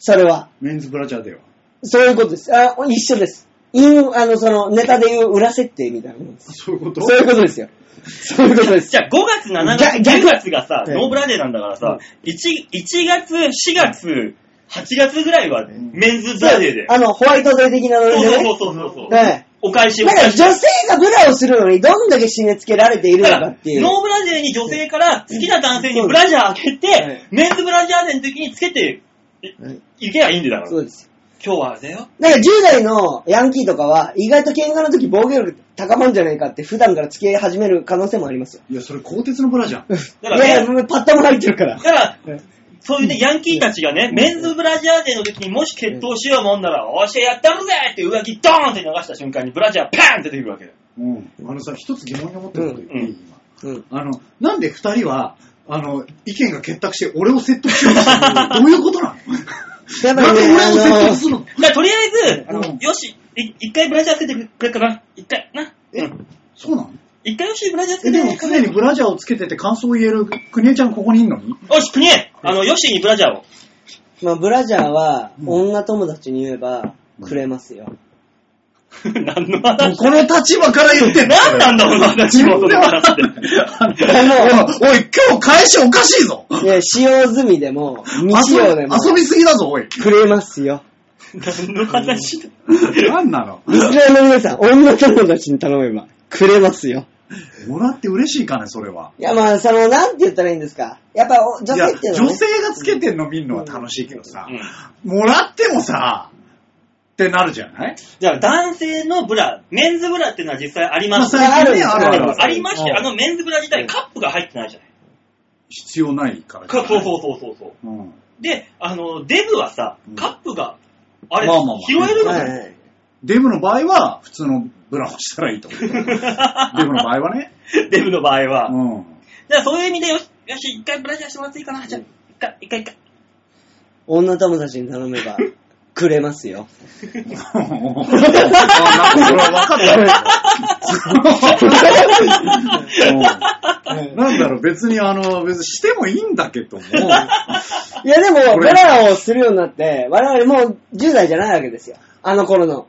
D: それは。
C: メンズブラジャーでは。
D: そういうことです。あ一緒です。イン、あの、その、ネタで言う裏設定みたいなもんです。
C: そういうこと
D: そういうことですよ。そういうことです
B: じ。ゃあ5月、7月、
D: 逆
B: 9月がさ、
D: うん
B: ノーブラデーなんだからさ、1, 1月、4月、8月ぐらいはメンズブラデーで。
D: あの、ホワイトデー的なノリでね。
B: そうそうそうそうそう。
D: ね
B: お返しを
D: だから女性がブラをするのにどんだけ締め付けられているの
B: だか、
D: から
B: ノ
D: っていう。
B: ーブラジャーに女性から好きな男性にブラジャー開けて、メンズブラジャーデーの時につけてい
D: うん
B: いけばいいんだか
D: そ
B: ら。
D: うです。
B: 今日はあれだよ。
D: だから10代のヤンキーとかは意外と喧嘩の時防御力高まるんじゃないかって普段から付き合い始める可能性もありますよ。
C: いや、それ鋼鉄のブラじゃん。
B: だ
D: い
B: か
D: やい
B: ら
D: や、
B: ね、
D: もうパッタも入ってるから
B: だ。から
D: うん、
B: そういうね、ヤンキーたちがね、メンズブラジャーデーの時にもし決闘しようもんなら、おーしやったるぜって浮気ドーンって流した瞬間にブラジャーパーンって出てくるわけだよ。
C: うん。あのさ、一つ疑問に思ってること言っていい、
B: うんうん
C: 今
D: うん。
C: あの、なんで二人は、あの、意見が結託して俺を説得しようとしてるのどういうことなの
D: やっぱ
C: なん
D: り
C: で
D: ね、
C: 俺を説
D: あ
C: 得
D: の
C: するの
B: だからとりあえず、あ
C: う
B: の
C: ん、
B: よし、い一回ブラジャーつけてくれっかな。一回、な。う
C: え
B: ん、
C: そうなの
B: 一回よし、ブラジャーつけ
C: え、で
B: て
C: も
B: く
C: 常
B: れ
C: にブラジャーをつけてて感想を言えるくねちゃんここにいんのに
B: よし、国へあの、よしにブラジャー を。
D: まあ、ブラジャーは
C: うん
D: 女友達に言えばくれますよ。
B: 何の
C: もう
B: 話
C: この立場から言ってんの
B: 何なんだ、この話、
C: 自
B: も
C: 分
B: うそ
C: で
B: の
C: 笑
B: 話
C: っ
B: ってて。
C: おい、おい今日返しおかしいぞ
D: いや、使用済みでも、未使用でも、
C: 遊び遊びすぎだぞ、おい。
D: くれますよ。
B: 何の話だ。
C: なんなの
D: リスナーの皆さん、女友達に頼めば、くれますよ。
C: もらって嬉しいかね、それは。
D: いや、まあ、その、なんて言ったらいいんですか。やっぱ、お女性っていうのは、
C: 女
D: ね。
C: 性がつけてんの見るのは楽しいけどさ
B: う、ん
C: もらってもさ、ってなるじゃない
B: じゃあ、男性のブラ、メンズブラっていうのは実際あります。
D: まあ
C: 最近ね、
D: あ
C: あ
D: る
C: るあ
D: んで
B: で
D: す
C: る
B: も
C: ある
B: ありまして、
D: うん
B: あのメンズブラ自体カップが入ってないじゃない。
C: 必要ないからじゃ
B: か
C: ない。
B: そうそうそうそうそう。
C: うん
B: で、あの、デブはさ
C: う、ん
B: カップが、あれ、
C: まあまあまあ
B: 拾えるの
D: は
B: か
D: い
B: な
D: はい
C: デブの場合は、普通のブラをしたらいいと思う。デブの場合はね。
B: デブの場合は。
C: うん。
B: じゃあ、そういう意味で、よし、よし、一回ブラジャーしてもらっていいかな。じゃあ、一回、一回、一回。
D: 女友達に頼めば、くれま すよ。
C: あなんかそれは分かったね。うんなんだろう、別にあの、別にしてもいいんだけども、
D: いや、 でも、
C: こ
D: ブ
C: れ
D: ラをするようになって、我々もう10代じゃないわけですよ。あの頃の。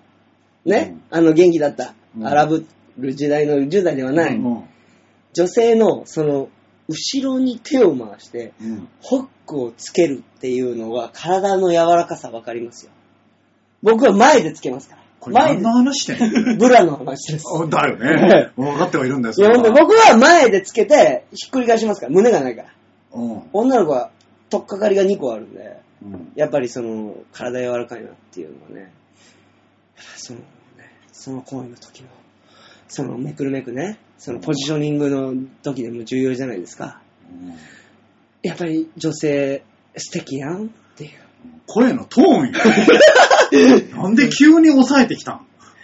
D: ね、あの元気だった
C: う。ん
D: 荒ぶる時代の10代ではない。
C: うん
D: 女性の、その、後ろに手を回して、
C: うん
D: ホックをつけるっていうのが体の柔らかさわかりますよ。僕は前でつけますから。
C: これ
D: 前
C: 何
D: で
C: の、話してんの
D: ブラの話です。
C: あだよね。分かってはいるんだよ、
D: いや、ほんで僕は前でつけて、ひっくり返しますから、胸がないから。
C: うん
D: 女の子は、とっかかりが2個あるんで、
C: うん
D: やっぱりその、体柔らかいなっていうのはね、やっぱそのね、その行為の時の、そのめくるめくね、そのポジショニングの時でも重要じゃないですか。
C: うん
D: やっぱり女性、素敵やんっていう。
C: 声のトーンよ。 なんで急に抑えてきたの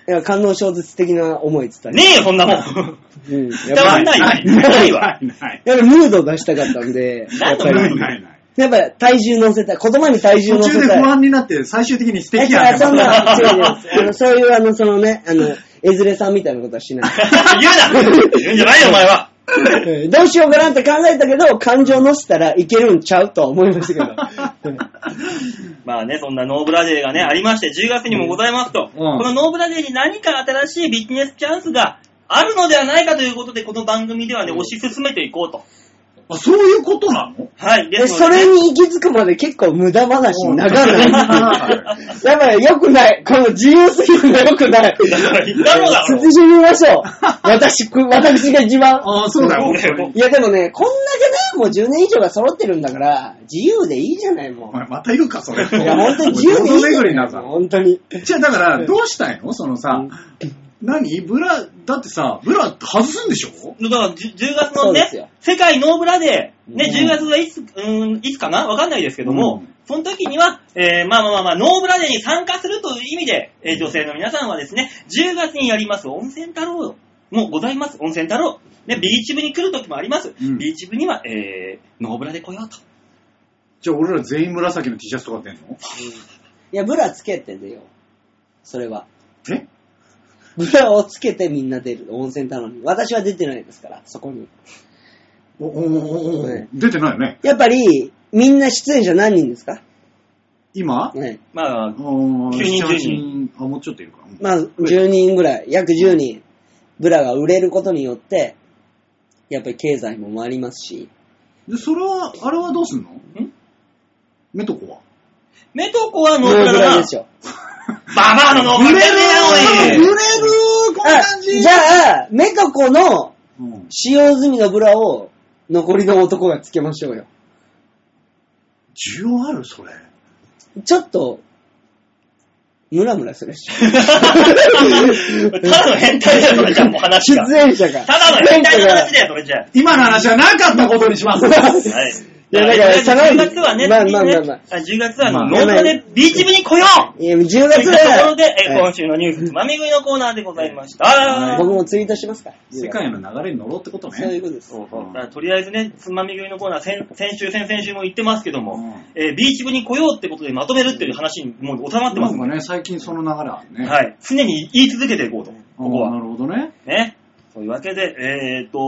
D: いや、感動小説的な思いって言った
B: ねえよ、そんな もん。
D: り。うん。やっ
B: 伝わ
D: ぱ
B: ん
D: り、
B: ないわ。ないわ。
C: ないない。
D: やっぱりムードを出したかったんで、やっぱ
C: ない
D: り、
C: ないない。
D: やっぱり体重乗せたい。言葉に体重
C: 途
D: 乗せ
C: 中
D: たい。
C: で不安になって、最終的に素敵やね
D: や、そんな、違う違う。あの、そういう、あの、そのね、あの、えずれさんみたいなことは しない。
B: 言うな言うんじゃないよ、お前 は。
D: うんどうしようかなって考えたけど、感情乗せたらいけるんちゃうとは思いましたけど。うん
B: まあね、そんなノーブラデーがね、ありまして、10月にもございますと、このノーブラデーに何か新しいビジネスチャンスがあるのではないかということで、この番組ではね、推し進めていこうと。
C: あ、そういうことなの
B: はい。で
D: で、それに行き着くまで結構無駄話長 ない。
C: ない。
D: やばい、良くない。この自由すぎるの良くな
B: だ
D: い。
B: から言ったのだろ
D: 慎みまし ょう。私、く私が一番。
C: ああ、そうだよ、本当に
D: いやでもね、こんだけね、もう10年以上が揃ってるんだから、自由でいいじゃない、も
C: お前またいるか、それ。
D: う。いや、本当に自由でい
C: 堂
D: いじゃ
C: 々巡り
D: な、
C: ないさ。
D: 本当に。
C: じゃあだから、どうしたいのそのさ、何ブラ、だってさ、ブラ外すんでしょ
B: だからじゅ10月
D: そ
B: の
D: うですよ
B: ね、世界ノーブラデー、ね、
D: う
B: 10
D: ん
B: 月はいつ、うん、いつかなわかんないですけども、
C: うん
B: その時には、えーまあまあまあまあ、ノーブラデーに参加するという意味で、えー女性の皆さんはですね、10月にやります温泉太郎もございます、温泉太郎。ね、ビーチ部に来る時もあります。
C: うん
B: ビーチ部には、えーノーブラで来ようと。
C: じゃあ俺ら全員紫の T シャツとか出んの
D: いや、ブラつけて出よう。それは。
C: え
D: ブラをつけてみんな出る。温泉なのに。私は出てないですから、そこに。
C: おおおおお出てないよね。
D: やっぱり、みんな出演者何人ですか
C: 今
D: ね。
B: まあ、
C: 9
B: 人10人
C: 人。あ、もうちょっといるか。うん
D: まあ、10人ぐらい、約10人、ブラが売れることによって、やっぱり経済も回りますし、
C: で、それは、あれはどうすんの
B: ん
C: メトコは
B: メトコは
D: ブ
B: ノープ
D: ラ
B: ラ
D: ブ
B: だ
D: ラ
B: な
D: で。しょ。
B: ババアのノープラねえ
C: ブレ
B: よ、
C: るこんな
D: あ
C: 感、じ
D: じゃあ、メトコの
C: うん
D: 使用済みのブラを残りの男がつけましょうよ。
C: 需要あるそれ。
D: ちょっと、ムラムラするでしょ。
B: おい。 ただの変態だよ、それじゃあもう話 が。
D: 出演者が。
B: ただの変態の話だよ、それじゃあ。
C: 今の話はなかったことにし ます。
B: はい。
D: いやだから
B: 10月はね、
D: まあまあまあまあ
B: 10月は
C: まあ
B: ノープラでビーチ部に来よう
D: いや、10
B: といっ
D: 月
B: たところで、え
D: は
B: 今
D: い
B: 週のニュースつまみ食いのコーナーでございました。
D: 僕もツイートしますから。
C: 世界の流れに乗ろうってことね。
D: そういうことです。
B: そうそうだからとりあえずね、つまみ食いのコーナー、先先週、先々週も言ってますけども、
C: うん
B: えービーチ部に来ようってことでまとめるっていう話にもう収まってます
C: な
B: も
C: ん
B: ん
C: かね、最近その流れあるね。い。
B: はい。常に言い続けていこうと、ここ
C: な
B: は。
C: るほどね。
B: ね。そういうわけで、えーっと、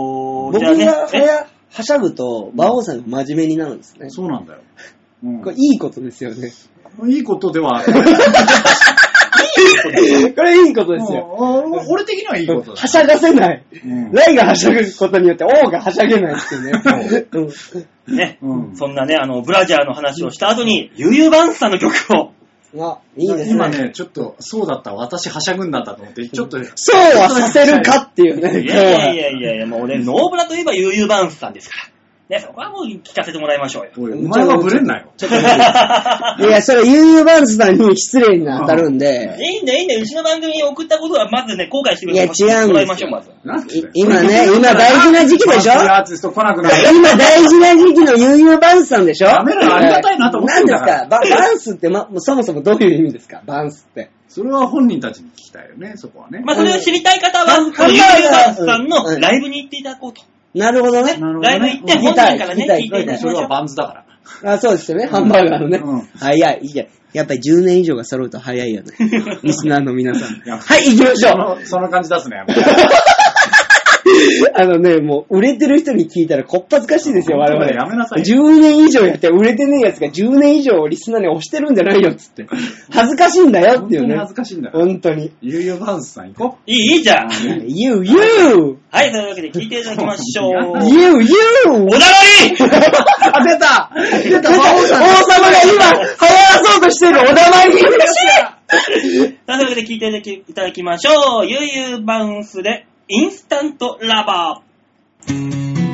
D: 僕
B: じゃあね、
D: がは
B: え
D: や、はしゃぐと、馬王さんが真面目になるんですね。
C: そうなんだよ。うん
D: これいいことですよね。
C: いいことではある。
D: これいいことですよ。
C: うん俺俺的にはいいことだ
D: は。しゃがせない。
C: うん
D: ライがはしゃぐことによって、王がはしゃげないっていうね。
B: ね、
C: うん
B: そんなね、あの、ブラジャーの話をした後に、ゆうゆうばんさんの曲を、
D: うんあ、いいです
C: 今
D: ね。
C: ね、ちょっと、そうだった、私はしゃぐんだったと思って、ちょっと、
D: そうはさせるかっていうね。
B: いやいやいやいや、もう俺、ノーブラといえばゆうゆうばんさんですから。ね、そこはもう聞かせてもらいましょうよ。
C: おいお前はブレんなよ。
D: ちょっと待っていや、それ、ユーユーバンスさんに失礼に当たるんで、
B: いいんだよ、いいんだよ。うちの番組に送ったことは、まずね、後悔してください。
D: いや違うん
B: もら
D: で
B: いますしょ
D: よ
B: う、まず。
C: なんで
D: い今ね、今大事な時期でしょ
C: マスクアーティスト来なくなる。
D: 今大事な時期のユーユーバンスさんでしょ
C: やめろよありがたいなと思って
D: 何
C: ん
D: で
C: だ
D: す
C: から
D: かババンスって、ま、もうそもそもどういう意味ですかバンスって。
C: それは本人たちに聞きたいよね、そこはね。
B: まあ、それを知りたい方は、
D: うん
B: このゆうゆうばんさんのライブに行っていただこうと。
D: なるほどね。
C: なるほどね
B: ライブ行って、
D: うん
B: 本人からね、聞
D: 聞
B: い
D: き
B: て
D: た
B: い
D: い
B: ただき
C: そ
B: まし
C: れ
B: ょう
C: は。バンズだから。
D: あそうですよね、ハンバーガーのね。
C: うん
D: はい、いや、いいじゃん。やっぱり10年以上が揃うと早い よね。リスナーの皆さん。
C: や
D: はい、行きまし
C: そ
D: ょ。
C: うの、その感じ出すね、やっぱ
D: あのね、もう、売れてる人に聞いたらこっぱずかしいですよ、我々。
C: やめなさいよ
D: 10年以上やって、売れてねえやつが10年以上リスナーに押してるんじゃないよ、つって。恥ずかしいんだよ、っ
C: 本当
D: ていう
C: に
D: ね。
C: 恥ずかしいんだよ。
D: 本当に。
C: ゆうゆうバンズさん行こ
B: いい、いいじゃん。
D: You, you!
B: はい、というわけで聞いていただきましょう。
D: You, you!
B: おだがり
C: う。あ、出た出た
D: 王様が今、流行らそうとしてるお黙りに
B: さあというわけで聞いていただきいただきましょう。ゆうゆうバウンスで、インスタントラバー。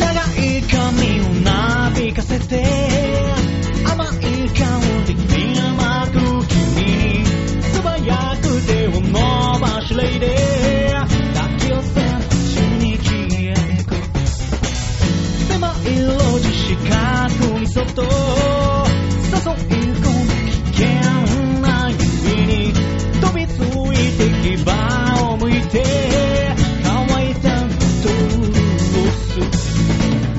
A: 長い髪をなびかせて甘い香りに甘く君に素早く手を伸ばしレイで抱き寄せしに消えてく狭い路地四角にそっと誘い込む危険な指に飛びついて牙を向いて乾いたドルを吸う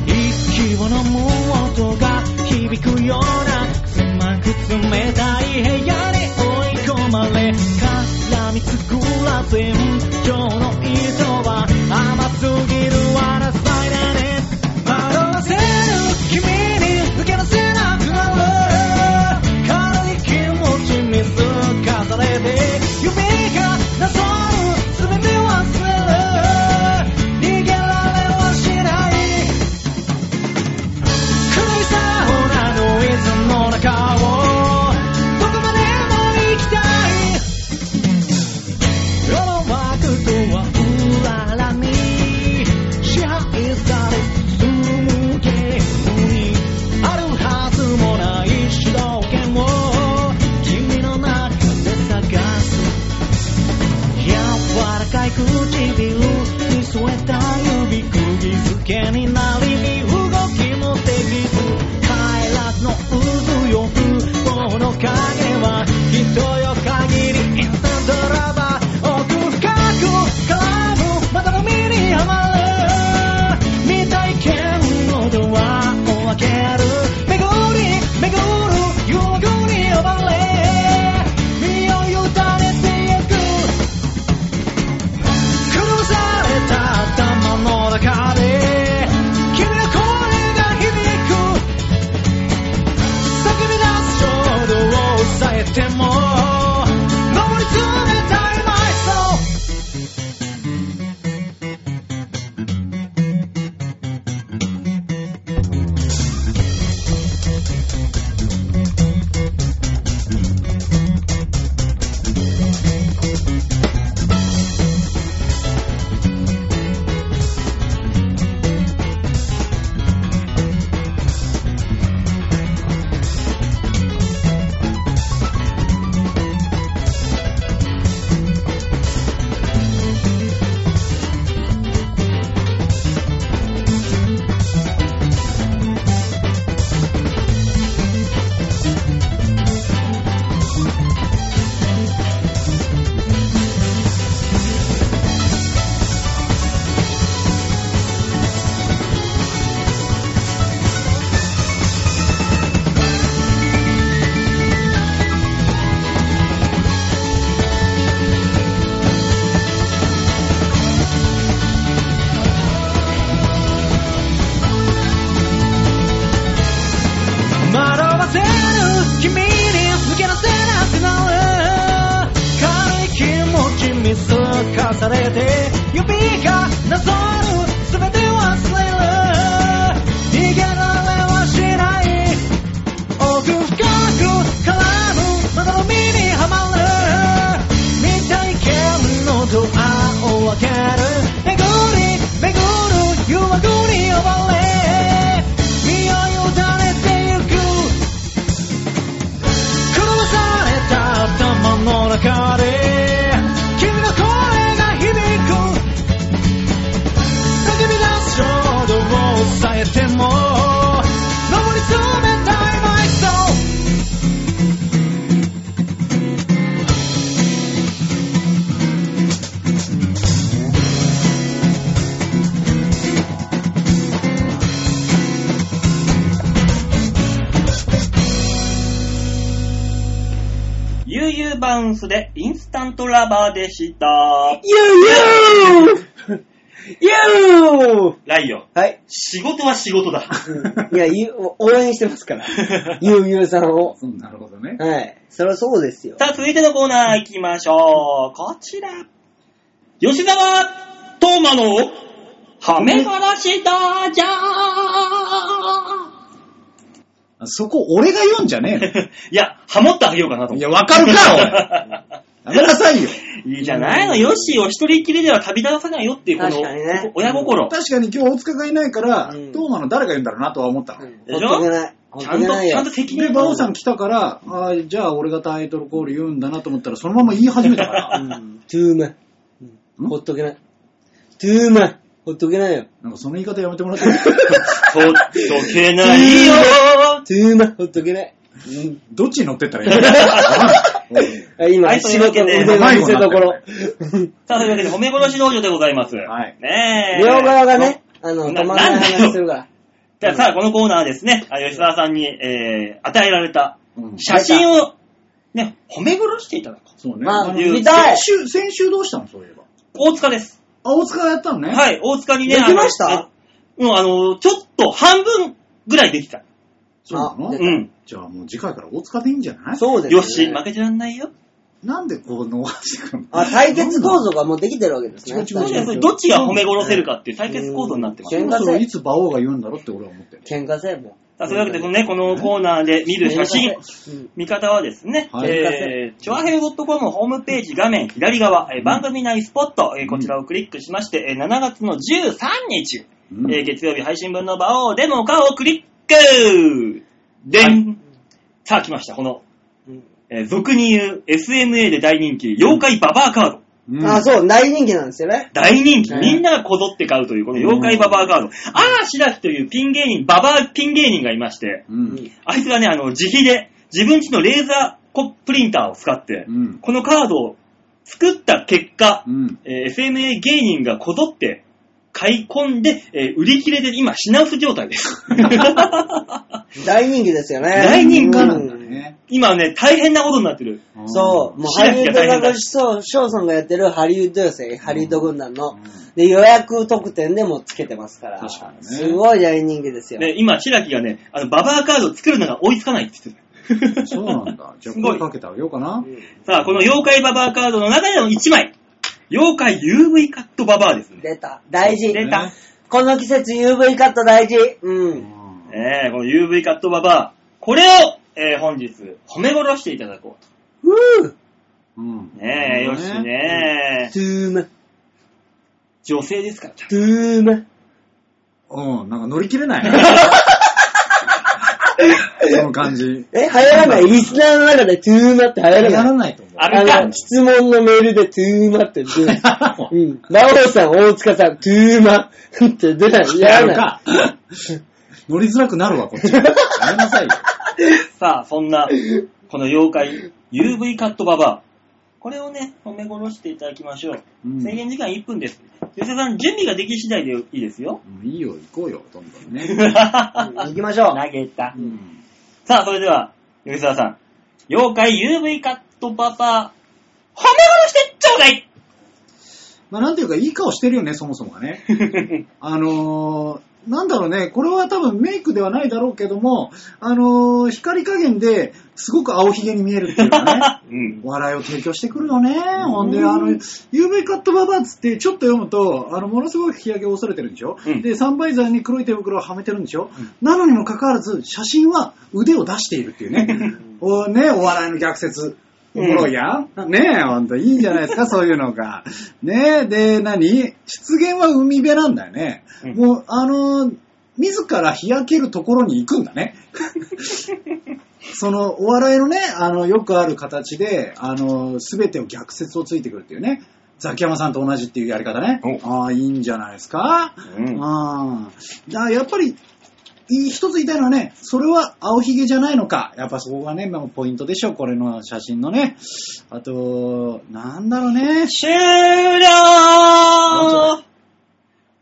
A: 息を飲む音が響くような狭く冷たい部屋に追い込まれ絡みつくらせん今日の糸は甘すぎるあなただね惑わせる君に抜け出せなくなる軽い気持ちにすかされて夢がなぞる全て忘れる逃げられはしない狂いそうなノイズの中をどこまでも行きたい世の枠とは裏らに支配され続け唇に添えた指釘付けになりに動きもできず帰らずの渦よ不法の影は人よ限りインスタントラバー奥深く絡むまたの身にはまる未体験のドアを開ける巡り巡る誘惑に呼ばれ身を委ねてゆく狂わされた頭の中で君の声が響く叫び出す衝動を抑えても登り詰めたい myself 惑わせる君に抜け出せなくなる軽い気持ち見透かされて指がなぞる全て忘れる逃げられはしない奥深く絡むまだの身にはまる未体験のドアを開ける巡り巡る誘惑に呼ばれ身を委ねてゆく狂わされた頭の中で君の声が響く叫び出す衝動を抑えても登り詰めたい myself
B: 悠々バウンスでインスタントラバーでした。
D: ユーユーユー
B: ライオン。
D: はい。
B: 仕事は仕事だ。
D: いや、ゆ応援してますから。 ゆうゆうさんを。
C: うんなるほどね。
D: はい。そりゃそうですよ。
B: さあ、続いてのコーナー行きましょう。こちら。吉沢東馬の、はめがらしだじゃ
C: そこ、俺が言うんじゃねえ
B: ー いや、ハモってあげようかなと
C: の。い
B: 思
C: や、
B: っ
C: わかるか、
B: た。
C: おい。やめなさいよ。
B: いいじゃないの、ヨッシーを一人きりでは旅立たせないよっていう、この、
D: 確かにね
B: 親心。
C: 確かに今日大塚がいないから、
D: うん
C: どうなの誰が言うんだろうなとは思ったの。
B: でしょ
D: ほっとけない。ほっ
B: ち
D: と
B: ゃん
D: け
B: と、
D: ない
B: ち
D: よ
B: ゃんと。責
C: で、
B: 任
C: バオさん来たから、あーじゃあ俺がタイトルコール言うんだなと思ったら、そのまま言い始めたから、
D: うんトゥーマンうん
C: ん
D: ほっとけない。トゥーマンほっとけないよ。
C: なんかその言い方やめてもらっていい
B: 取っとけないよ
D: トゥーマンほっとけない。
C: どっちに乗ってったらいいのわかんない
D: あ今
B: は、いとい
D: 仕
B: うわけ
D: 事の
B: で
D: 腕の見せ所。
B: さあ、というわけで、褒め殺し道場でございます。
C: はい
B: ねえ。
D: 両側がね、あの、
B: な
D: 止まらない話するから。
B: じゃあさあ、このコーナーはですね、あ吉沢さんに、えー、与えられた
C: うん
B: 写真を、ね、褒め殺していただこう。
C: そうね。
D: まあ
C: あの
B: 言う
D: 見たい
C: 先週、先週どうしたのそういえば。
B: 大塚です。
C: あ、大塚がやったのね。
B: はい、大塚にね、
D: できまし
B: あ
D: た
B: のあうん、あの、ちょっと半分ぐらいできた。
C: そうなの
D: あ
B: うん。
C: じゃあもう次回から大塚でいいんじゃない
D: そうですね
B: よし、負けてらんないよ。
C: なんでこう逃してくんの
D: あ、対決構造がもうできてるわけですね。
C: 違う
B: そう
C: 違
B: で
C: う
B: す。どっちが褒め殺せるかっていう対決構造になってます。
D: う
B: さ
D: ん
C: そろそろいつ馬王が言うんだろうって俺は思ってる。
D: 喧嘩せえ、も
B: あ、そういうわけで、このね、このコーナーで見
D: う。
B: る写真
D: 喧。嘩せえうん
B: 見方はですね、
C: はい
B: えー、チョアヘイドットコムホームページ画面左側、えー番組内スポット、えーこちらをクリックしまして、えー7月の13日、
C: うん
B: えー月曜日配信分の場をデモかをクリックでん、さあ来ました、この、
D: うん
B: えー俗に言う SMA で大人気、妖怪ババアカード。
C: うん
D: あ、そう、大人気なんですよね。
B: 大人気。
D: ね
B: みんながこぞって買うという、この妖怪ババアガード。嵐だというピン芸人、ババアピン芸人がいまして、
C: うん。
B: あいつがね、あの、自費で、自分家のレーザーコプリンターを使って
C: う、ん。
B: このカードを作った結果
C: う、ん。
B: えー SMA 芸人がこぞって買い込んで、えー売り切れで今品薄状態です。
D: 大人気ですよね。
B: 大人気
C: な
D: うん
C: だね。
B: 今ね、大変なことになってる。
C: あー
D: そう、もうハ
B: 白
D: リ
B: 木が
D: ウッド
B: 大変だ
D: がそう、翔さんがやってるハリウッド予選、ハリウッド軍団の、
C: う
D: で、予約特典でもつけてますから、
C: 確かにね
D: すごい大人気ですよ。
B: で、今、白木がね、あの、ババアカード作るのが追いつかないって言って
C: んそうなんだ。じゃあ
B: すごい
C: 声かけてあげようかな。
B: た。さあ、この妖怪ババアカードの中での1枚。妖怪 UV カットババアですね。
D: 出た。大事。
B: 出た。
D: この季節 UV カット大事。う。
C: うんん
B: えー、この UV カットババア。これを、えー本日、褒め殺していただこう
D: ふぅ
C: うん
B: と。ねえ、よし。ね
D: トゥーマ、
B: 女性ですから。
D: トゥーマ。
C: うん、なんか乗り切れないな。その感じ。
D: え、流行らないリスナーの中でトゥーマって流行
C: やら
D: らない
C: ないと思う。
B: あれか
D: の、質問のメールでトゥーマって 出ない。
C: や
D: うん。ナオさん、大塚さん、トゥーマって出ない。やら
C: る
D: ない。
C: か。 乗りづらくなるわ、こっち。やめなさいよ。
B: さあ、そんな、この妖 怪、UV カットババア。これをね、褒め殺していただきましょう。
C: うん
B: 制限時間1分です。吉田さん、準備ができ次第でいいです よ。
C: うんいいよ、行こうよ、どんどんね。
B: 投
D: うん行きましょう。
B: げた
C: う。ん
B: さあ、それでは、吉沢さん、妖怪 UV カットババア、褒め殺してちょうだい
C: まあ、なんていうか、いい顔してるよね、そもそもがね。 あのー、なんだろうね、これは多分メイクではないだろうけども、あのー、光加減ですごく青ひげに見えるっていうかね。
B: うん。
C: 笑いを提供してくるよね。ほんで、あの、UV カットババアっつって、ちょっと読むと、あの、ものすごい日焼けを恐れてるんでしょ、
B: うん
C: で、サンバイザーに黒い手袋をはめてるんでしょ、なのにもかかわらず、写真は腕を出しているっていうね。おね、お笑いの逆説。おもろいやん、ねえ、ほんと、いいんじゃないですか、そういうのが。ねえ、で、何出現は海辺なんだよね。
B: うん
C: もう、あの自ら日焼けるところに行くんだね。そのお笑いのね、あの、よくある形で、あの、すべてを逆説をついてくるっていうね。ザキヤマさんと同じっていうやり方ね。ああ、いいんじゃないですか。
B: うん
C: ああ。じゃあ、やっぱり、い一つ言いたいのはね、それは青ひげじゃないのか。やっぱそこがね、もうポイントでしょ。これの写真のね。あと、なんだろうね。
B: 終了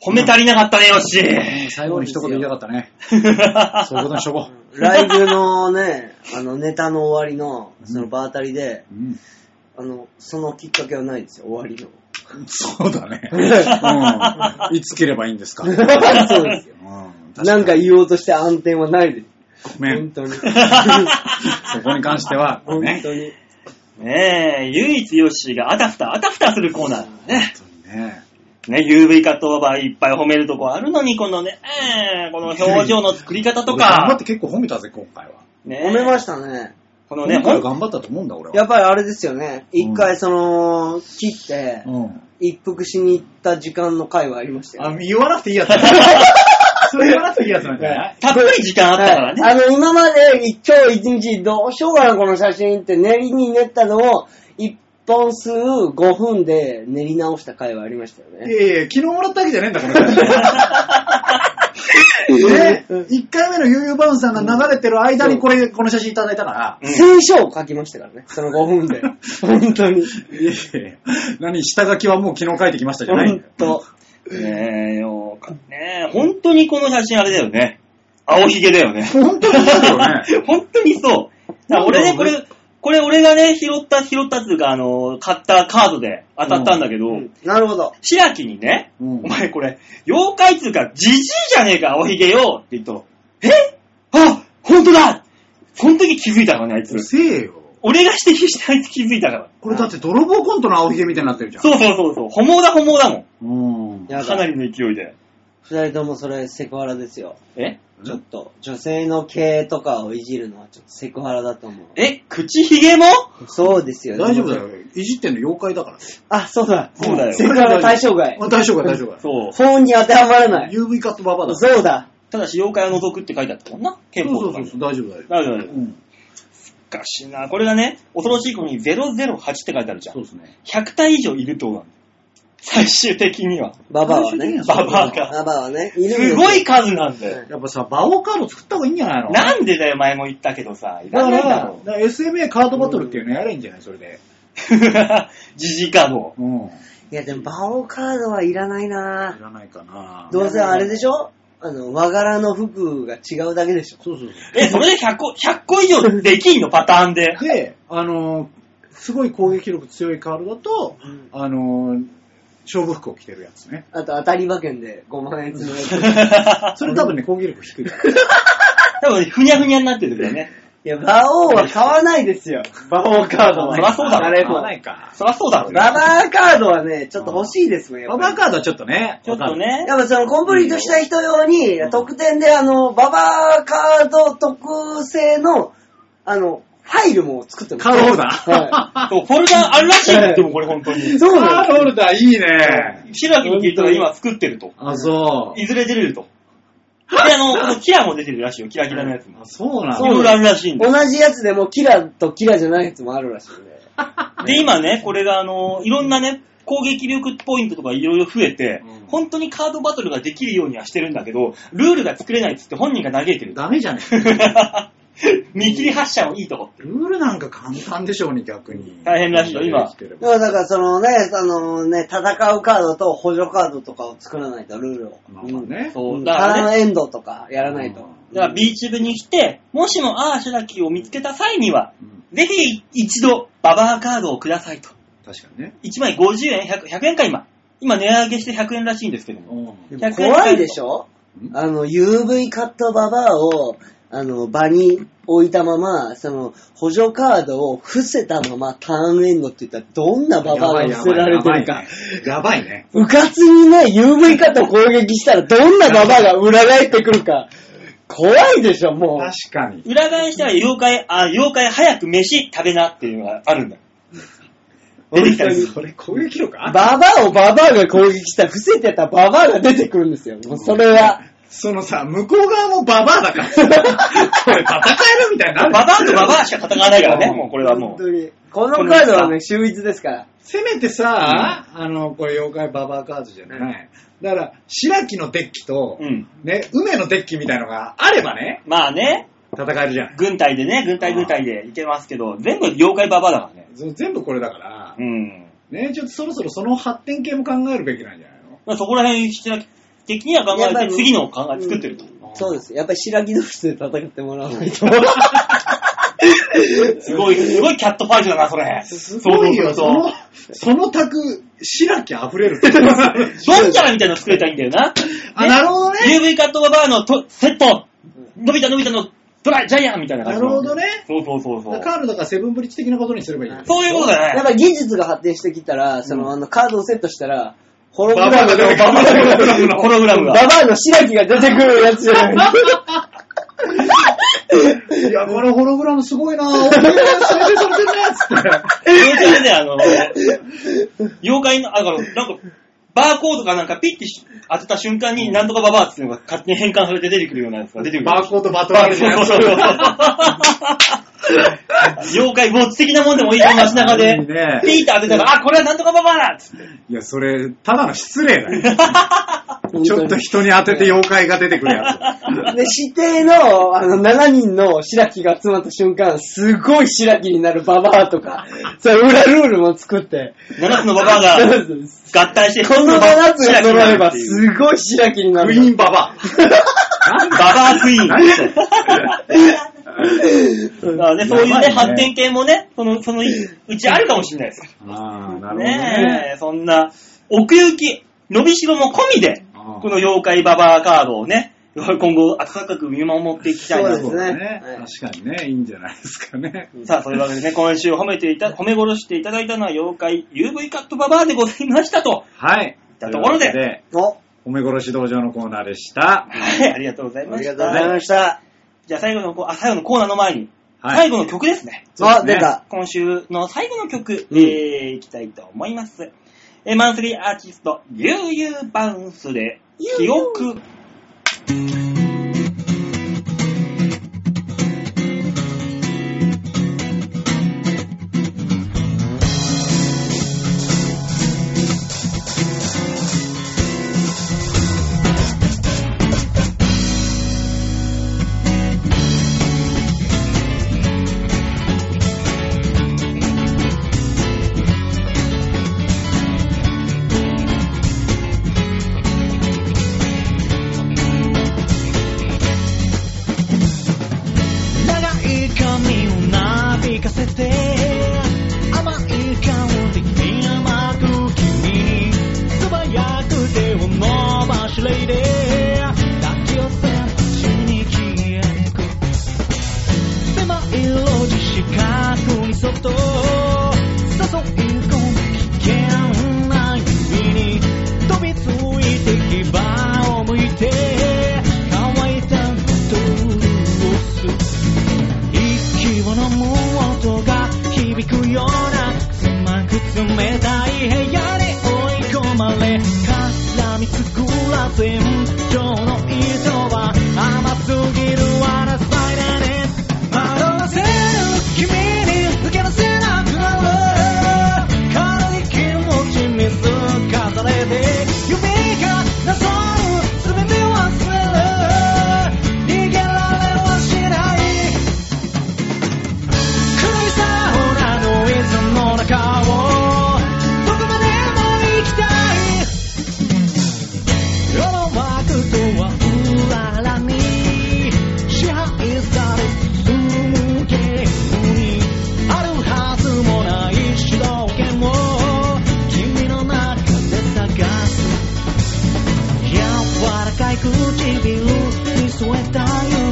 B: 褒め足りなかったね、よし。
C: 最後に一言言いたかっ たね。そういうことにしとこ
D: ライブのね、あの、ネタの終わりの、その場当たりで、
C: う。うん
D: あの、そのきっかけはないんですよ、終わりの。
C: そうだ ね。うん。いつ切ればいいんですか。うん
D: そうですよ。
C: 確
D: なんか言おうとして暗転はないです。
C: ごめ
D: 本
C: ん。
D: 当に。
C: そこに関しては、
D: 本
C: ね。
D: 当に。
B: ねえ、唯一ヨッシーがあたふた、あたふたするコーナー。ね。
C: 本当にね。
B: ね、UV カットオーバーいっぱい褒めるとこあるのに、このね、えーこの表情の作り方と
C: 俺頑張
B: か
C: って、結構褒めたぜ、今回は。
B: ね、
D: 褒めましたね。
B: このね、
C: 今回は
B: ほん
C: 頑張ったと思うんだ、俺
D: や
C: は。
D: っぱりあれですよね。一回その、切って、
C: うん。
D: 一服しに行った時間の回はありましたよ。
C: あ、言わなくていいやつ それ言わなくていいやつなんじゃない
B: たっぷり時間あったからね。
D: はいあの、今まで今日一日どうしようかな、この写真って練りに練ったのを、一本数5分で練り直した回はありましたよ
C: い
D: ね。
C: やいや、昨日もらったわけじゃねえんだ、これ。 ね、1回目の悠々バウンさんが流れてる間にこれ、この写真いただいたから。
B: うん
D: 聖書を書きましたからね、その5 分で。 本当に。
C: いやいやいや何、下書きはもう昨日書いてきましたじゃないん
D: 本
C: だよ。
D: 当。
B: ねえ、よかねえ、本当にこの写真あれだよね。青ひげだよね。
C: 本当にそうだよね。
B: 本当にそう。だから俺ね、これ、これ俺がね、拾った、拾ったっていうか、あの、買ったカードで当たったんだけど、
D: なるほど。
B: 白木にね、
C: うん
B: お前これ、妖怪つうか、じじいじゃねえか、青ひげよって言うと、えあ本当だその時気づいたからね、あいう
C: る
B: つ。
C: せえよ。
B: 俺が指摘したあいつ気づいたから。
C: これだって泥棒コントの青ひげみたいになってるじゃん。
B: そうそうそうそう、ほもだほもだもん。
C: うん。
D: や
B: かな
D: だ。
B: りの勢いで。
D: 二人ともそれセクハラですよ。
B: え
D: ちょっと、女性の毛とかをいじるのはちょっとセクハラだと思う。
B: え口ひげも
D: そうですよね。
C: 大丈夫だ。よ。いじってんの妖怪だから。
D: あ、そうだ。
B: そうだよ
D: セクハラ対象外。
C: あ大丈夫か、大丈夫か。
B: そう。
D: 法に当てはまらない。
C: UV カットババアだから。
D: そうだ。
B: ただし、妖怪を除くって書いてあったもんな、憲
C: そう
B: 法
C: そ
B: と
C: う
B: か
C: そう
B: に。
C: そう、大丈夫、大丈
B: なるほどなるほ
C: 夫。
B: ど
C: うん。
B: かしいな。これがね、恐ろしいことに008って書いてあるじゃん
C: そう。ですね。
B: 100体以上いるってことなんだよ。最終的には。
D: ババアはね。
B: ババアが。
D: ババアはね。いるんですよ
B: ごい数なんだよ。
C: やっぱさ、バオカード作った方がいいんじゃないの
B: なんでだよ、前も言ったけどさ。いら
C: だか
B: ない
C: ら、
B: だ
C: だ
B: ろ。
C: から SMA カードバトルっていうのやればいいんじゃないそれで。
B: ジジイカードを。
C: うん。い
D: いや、でも、バオカードはいらないな
C: らないかな。
D: どうせあれでしょあの、和柄の服が違うだけでしょ。
C: そうそうそ
B: え、それで100個、100個以上できんの、パターンで。
C: う。で、あのー、すごい攻撃力強いカードだと、
D: うん
C: あのー、勝負服を着てるやつね。
D: あと、当たり馬券で5万円積む やつ。い
C: それ多分ね、攻撃 力低いから。
B: 多分、ふにゃふにゃになってるんだよね。
D: や、馬王は買わないですよ。馬王カ ードは。
B: そりゃそうだろうな
D: 誰
C: 合
D: も
C: わないか。
B: そりゃそうだろうね
D: ババアカードはね、ちょっと欲しいですね、や
C: バ
D: っ
C: バ
D: ぱ
C: ア
D: り。
C: カードはちょっとね。
B: ちょっと
C: わ
B: ね。
D: やっぱそのコンプリートした人用に、特典であの、ババアカード特製の、あの、ファイルも作ってます。
C: カードホルダー
D: は
B: そうフォルダあるらしいん だよ、でもこれ本当に
C: か。る。そうだカードホルダーいいね。
B: 白木のキリトが今作ってると。
C: あ、そ
B: いずれ出れると。で、あの、このキラも出てるらしいよ、キラキラのやつ
C: う。
B: も
C: あ、。そうなん
B: いろいろあるらしいんだよ。
D: 同じやつでもキラとキラじゃないやつもあるらしいんで。
B: で、今ね、これがあの、いろんなね、攻撃力ポイントとかいろいろ増えて、
C: うん
B: 本当にカードバトルができるようにはしてるんだけど、ルールが作れないっつって本人が嘆いて る。
C: ダメじゃね
B: 見切り発車もいいとこ。
C: ルールなんか簡単でしょうに、逆に。
B: 大変らしいよ今。
D: だから、だからそのね、あのね、戦うカードと補助カードとかを作らないと、ルールを。
C: まあまあね。
D: うん。
B: そうう、
D: ん
B: だ
D: タ
B: からね
D: ーンエンドとかやらないと。
B: だからビーチ部に来て、もしもアーシュラキを見つけた際には、ぜひ一度ババアカードをくださいと。
C: 確かにね。
B: 1枚50円、100, 100円か今。今値上げして100円らしいんですけども。
D: で
C: う
D: も怖いでしょ
C: ん
D: あの、UV カットババアを、あの、場に置いたまま、その、補助カードを伏せたままターンエンドって言ったら、どんなババアが伏せられてるか。
C: やばいね。
D: うかつにね、UV カットを攻撃したら、どんなババアが裏返ってくるか。怖いでしょ、もう。
C: 確かに。
B: 裏返したら妖怪、あ、妖怪早く飯食べなっていうのがあるんだよ。出てきたりする
C: それ攻撃力あんの
D: ババアをババアが攻撃したら伏せてたババアが出てくるんですよ。もうそれは。
C: そのさ、向こう側もババアだ からさこれ戦えるみたいにな
B: バ
C: る。
B: バアとババアしか戦わないからね、もうこれは
D: 本
B: もう。
D: 当に。このカードはね、秀逸ですから。
C: せめてさ、あの、これ妖怪ババアカードじゃない。だから、白木のデッキと
B: う、ん。
C: ね、梅のデッキみたいのがあればね、
B: まあね、
C: 戦えるじゃん。
B: 軍隊でね、軍隊軍隊でいけますけど、全部妖怪ババアだからね。
C: そう全部これだから
B: う、ん。
C: ね、ちょっとそろそろその発展系も考えるべきなんじゃないの
B: まあそこら辺、白木的には考
D: やっぱ
B: え
D: り
B: て、次のを考えて作ってる と。
D: そうです。やっぱり白木同士で戦ってもらわないと。
B: すごい、すごいキャットファイトだな、それ。
C: すごいよ、
B: そ
C: そうの
B: そう、
C: その卓、白木溢れる。
B: そうドンジャラみたい なの作れたらいいんだよな。
C: あ、なるほどね。
B: UV カットババアのとセット、伸びた伸びたのドライジャイアンみたいな感
C: な
B: じ
C: る
B: の
C: ほどね。
B: そうそうそうそう。
C: カールだからセブンブリッジ的なことにすればいい。
B: そういうことだ
D: やっ
B: ね。
D: ぱり技術が発展してきたら、その、あの、カードをセットしたら、ホログラムの
C: ババアが出てくる
B: ホログラム
D: バ
B: が。
D: バアの白木が出てくるやつじゃない。
C: いや、このホログラムすごい なぁ。俺が再生されてんねつって。
B: それでね、あの、妖怪の、あの、なんか、バーコードかなんかピッてし当てた瞬間に、なんとかババアっていうのが勝手に変換されて出てくるようなやつが出てくる。
C: バーコードバトルじゃ
B: そうそうそう。妖怪ウォッチ的なもんでもいいよ、街中で。
C: いいね
B: ピーって当てたら、あ、これはなんとかババアだっつって。
C: いや、それ、ただの失礼だよ。ちょっと人に当てて妖怪が出てくるや
D: で、指定の、あの、7人の白木が集まった瞬間、すごい白木になるババア とか、それ裏ルールも作って、
B: 7つのババア
D: こ
B: が合
D: の
B: 体して、
D: 7つが揃えば、
B: っていう
D: すごい白木にな
C: つ。ク
D: る。
C: イーンババ
B: ババアクイーン。
C: 何
B: だからね、そういうね、
C: やばいね
B: 発展系もね、その、その、うちあるかもしれないです。
C: ア。ああ、なるほどね。
B: ねえ、そんな、奥行き、伸びしろも込みで、
C: ああ
B: この妖怪ババアカードをね、今後、温かく見守っていきたいな
D: そ
B: と
D: う。ですねはい
C: 確かにね、いいんじゃないですかね。
B: さあ、そういうわけでね、今週褒めていた、褒め殺していただいたのは妖怪 UV カットババアでございましたと。
C: はい。
B: じゃあところで
C: いうわ
D: お、
C: けで、褒め殺し道場のコーナーでした。
B: はい、ありがとうござい
D: あ
B: ま
D: り
B: し
D: がとうござい
B: た。
D: ました。
B: じゃあ最後のこう、あ、最後のコーナーの前に、
C: はい
B: 最後の曲ですね。
C: そうです
D: あ、
C: ね
D: 出た。
B: 今週の最後の曲、
D: うん
B: えー、いきたいと思います。えー、マンスリーアーティスト、ゆうゆうバウンスで、記憶。
A: まれ絡みつくら天今日の衣装は甘すぎるあなたイナネ惑わせる君に抜け出せなくなる軽い気持ち水飾れて夢がなぞる全て忘れる逃げられはしない黒いサウナの泉の中をどこまでも行きたい世の幕とは裏らに支配されるゲームにあるはずもない主導権を君の中で探す柔らかい唇に添えた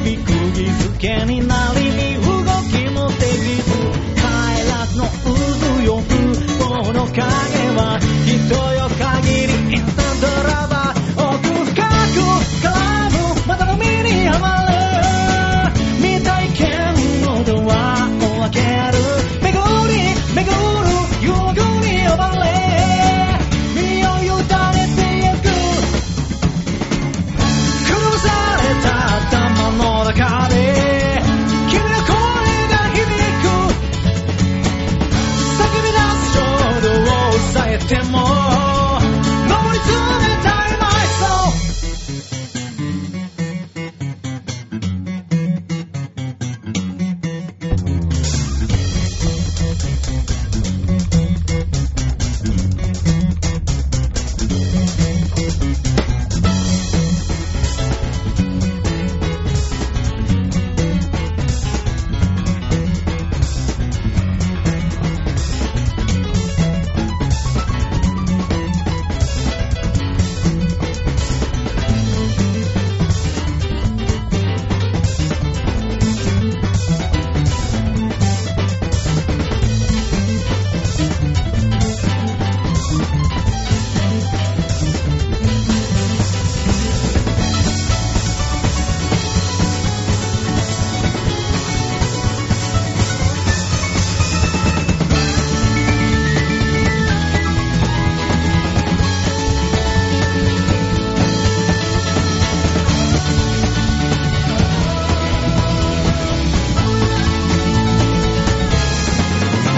A: 指釘付けになり身動きもできず快楽の渦よ不毛の影は人よ限りインスタントラバー奥深く絡むまたの身にはまる未体験のドアを開ける巡り巡る誘惑に呼ばれ身を委ねてゆく崩された頭の中で君の声が響く叫び出す衝動を抑えても登り詰めたい myself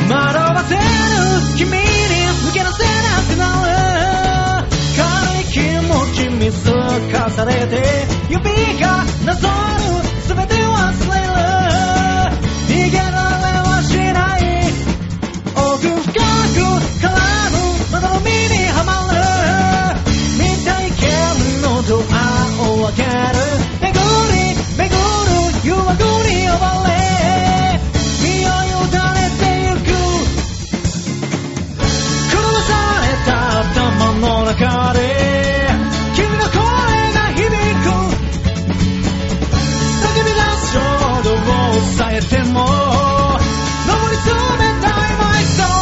A: 惑わせる君に抜け出せなくなる軽い気持ち見透かされて指がなぞる全て忘れる逃げられはしない奥深く絡むまだの身にはまる未体験のドアを開ける巡り巡る誘惑に呼ばれ身を委ねてゆく狂わされた頭の中で君の声が響く叫び出す衝動を抑えても登り詰めたい myself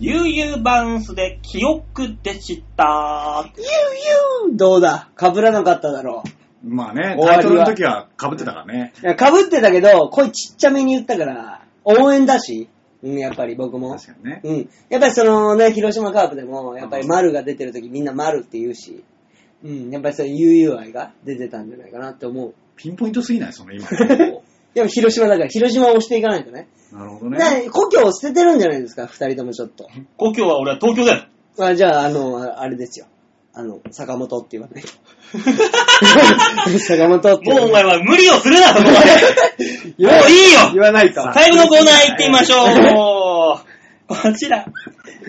B: 悠々バウンスで記憶でした。
D: ゆうゆうどうだ被らなかっただろう。
C: まあね、
D: 終わりは
C: タイトルの時は被ってたからね。
D: いや、被ってたけど、声ちっちゃめに言ったから、応援だし、うん、やっぱり僕も。
C: 確かにね。
D: うん。やっぱりそのね、広島カープでも、やっぱり丸が出てるときみんな丸って言うし、うん、やっぱりそういう悠々愛が出てたんじゃないかなって思う。
C: ピンポイントすぎない、その今 の。
D: やっぱ広島だから、広島を押していかないとね。
C: なるほど
D: ね
C: ね。
D: 故郷を捨ててるんじゃないですか、二人ともちょっと。
B: 故郷は俺は東京だよ。
D: あじゃあ、あの、あれですよ。あの、坂本って言わないと。坂本って言
B: もうお
D: わない
B: 前は無理をするな、そこまで。もういいよ
D: 言わないと。
B: 最後のコーナー行ってみましょう。こちら。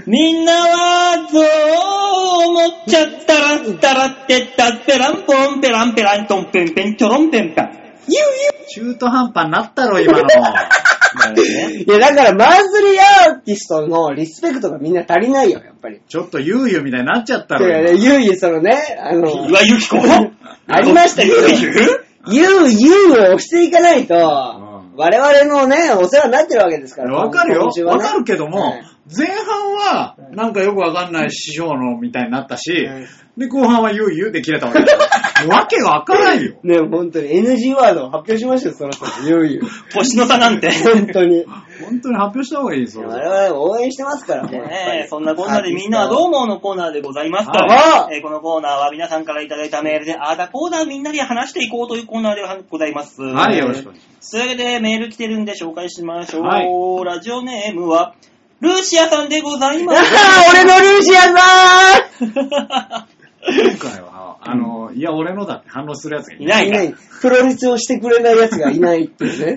B: みんなは、そう思っちゃったらん、たらってったってらんぽんぺらんぺらんとんぺんぺんちょろんぺんぺん。
C: 中途半端になったろ、今 の。
D: いや、だから、マンスリーアーティストのリスペクトがみんな足りないよ、やっぱり。
C: ちょっと悠々みたいになっちゃった
D: いやい
C: ろ。
D: や、ゆうゆうそのね、あの、
B: うわ、ゆきこ。
D: ありましたけど
B: ゆき
D: ゆうゆうを押していかないと、
C: ん
D: 我々のね、お世話になってるわけですから。
C: わかるよ
D: 今週。は
C: わ
D: ね
C: かるけども
D: はい、
C: 前半は、なんかよくわかんない師匠のみたいになったし、
D: うん
C: で、後半はゆうゆうで切れたわけ だよわけわからんよ。
D: ね、本当に NG ワードを発表しましたよ、その人。いよい よ。
B: 星の差なんて。
D: 本当に。
C: 本当に発表した方がいいそれ。
D: 我々応援してますから、もうやっぱり
B: ねえ、そんなこんなでみんなはどう思うのコーナーでございますと、
D: あ
B: えーこのコーナーは皆さんからいただいたメールで、あーだこーだみんなで話していこうというコーナーではございます。
C: はい、よろしくお願いし
B: それでメール来てるんで紹介しましょう。
C: はい
B: ラジオネームは、ルーシアさんでござい
D: あ
B: ます。
D: あ 俺のルーシアさ
C: ます。今回は、あの、いや、俺のだって反論するやつがい
B: い
C: ない。
B: なんい
D: い
B: か
D: ない。プロレスをしてくれない奴がいないっていう
C: う
D: ね。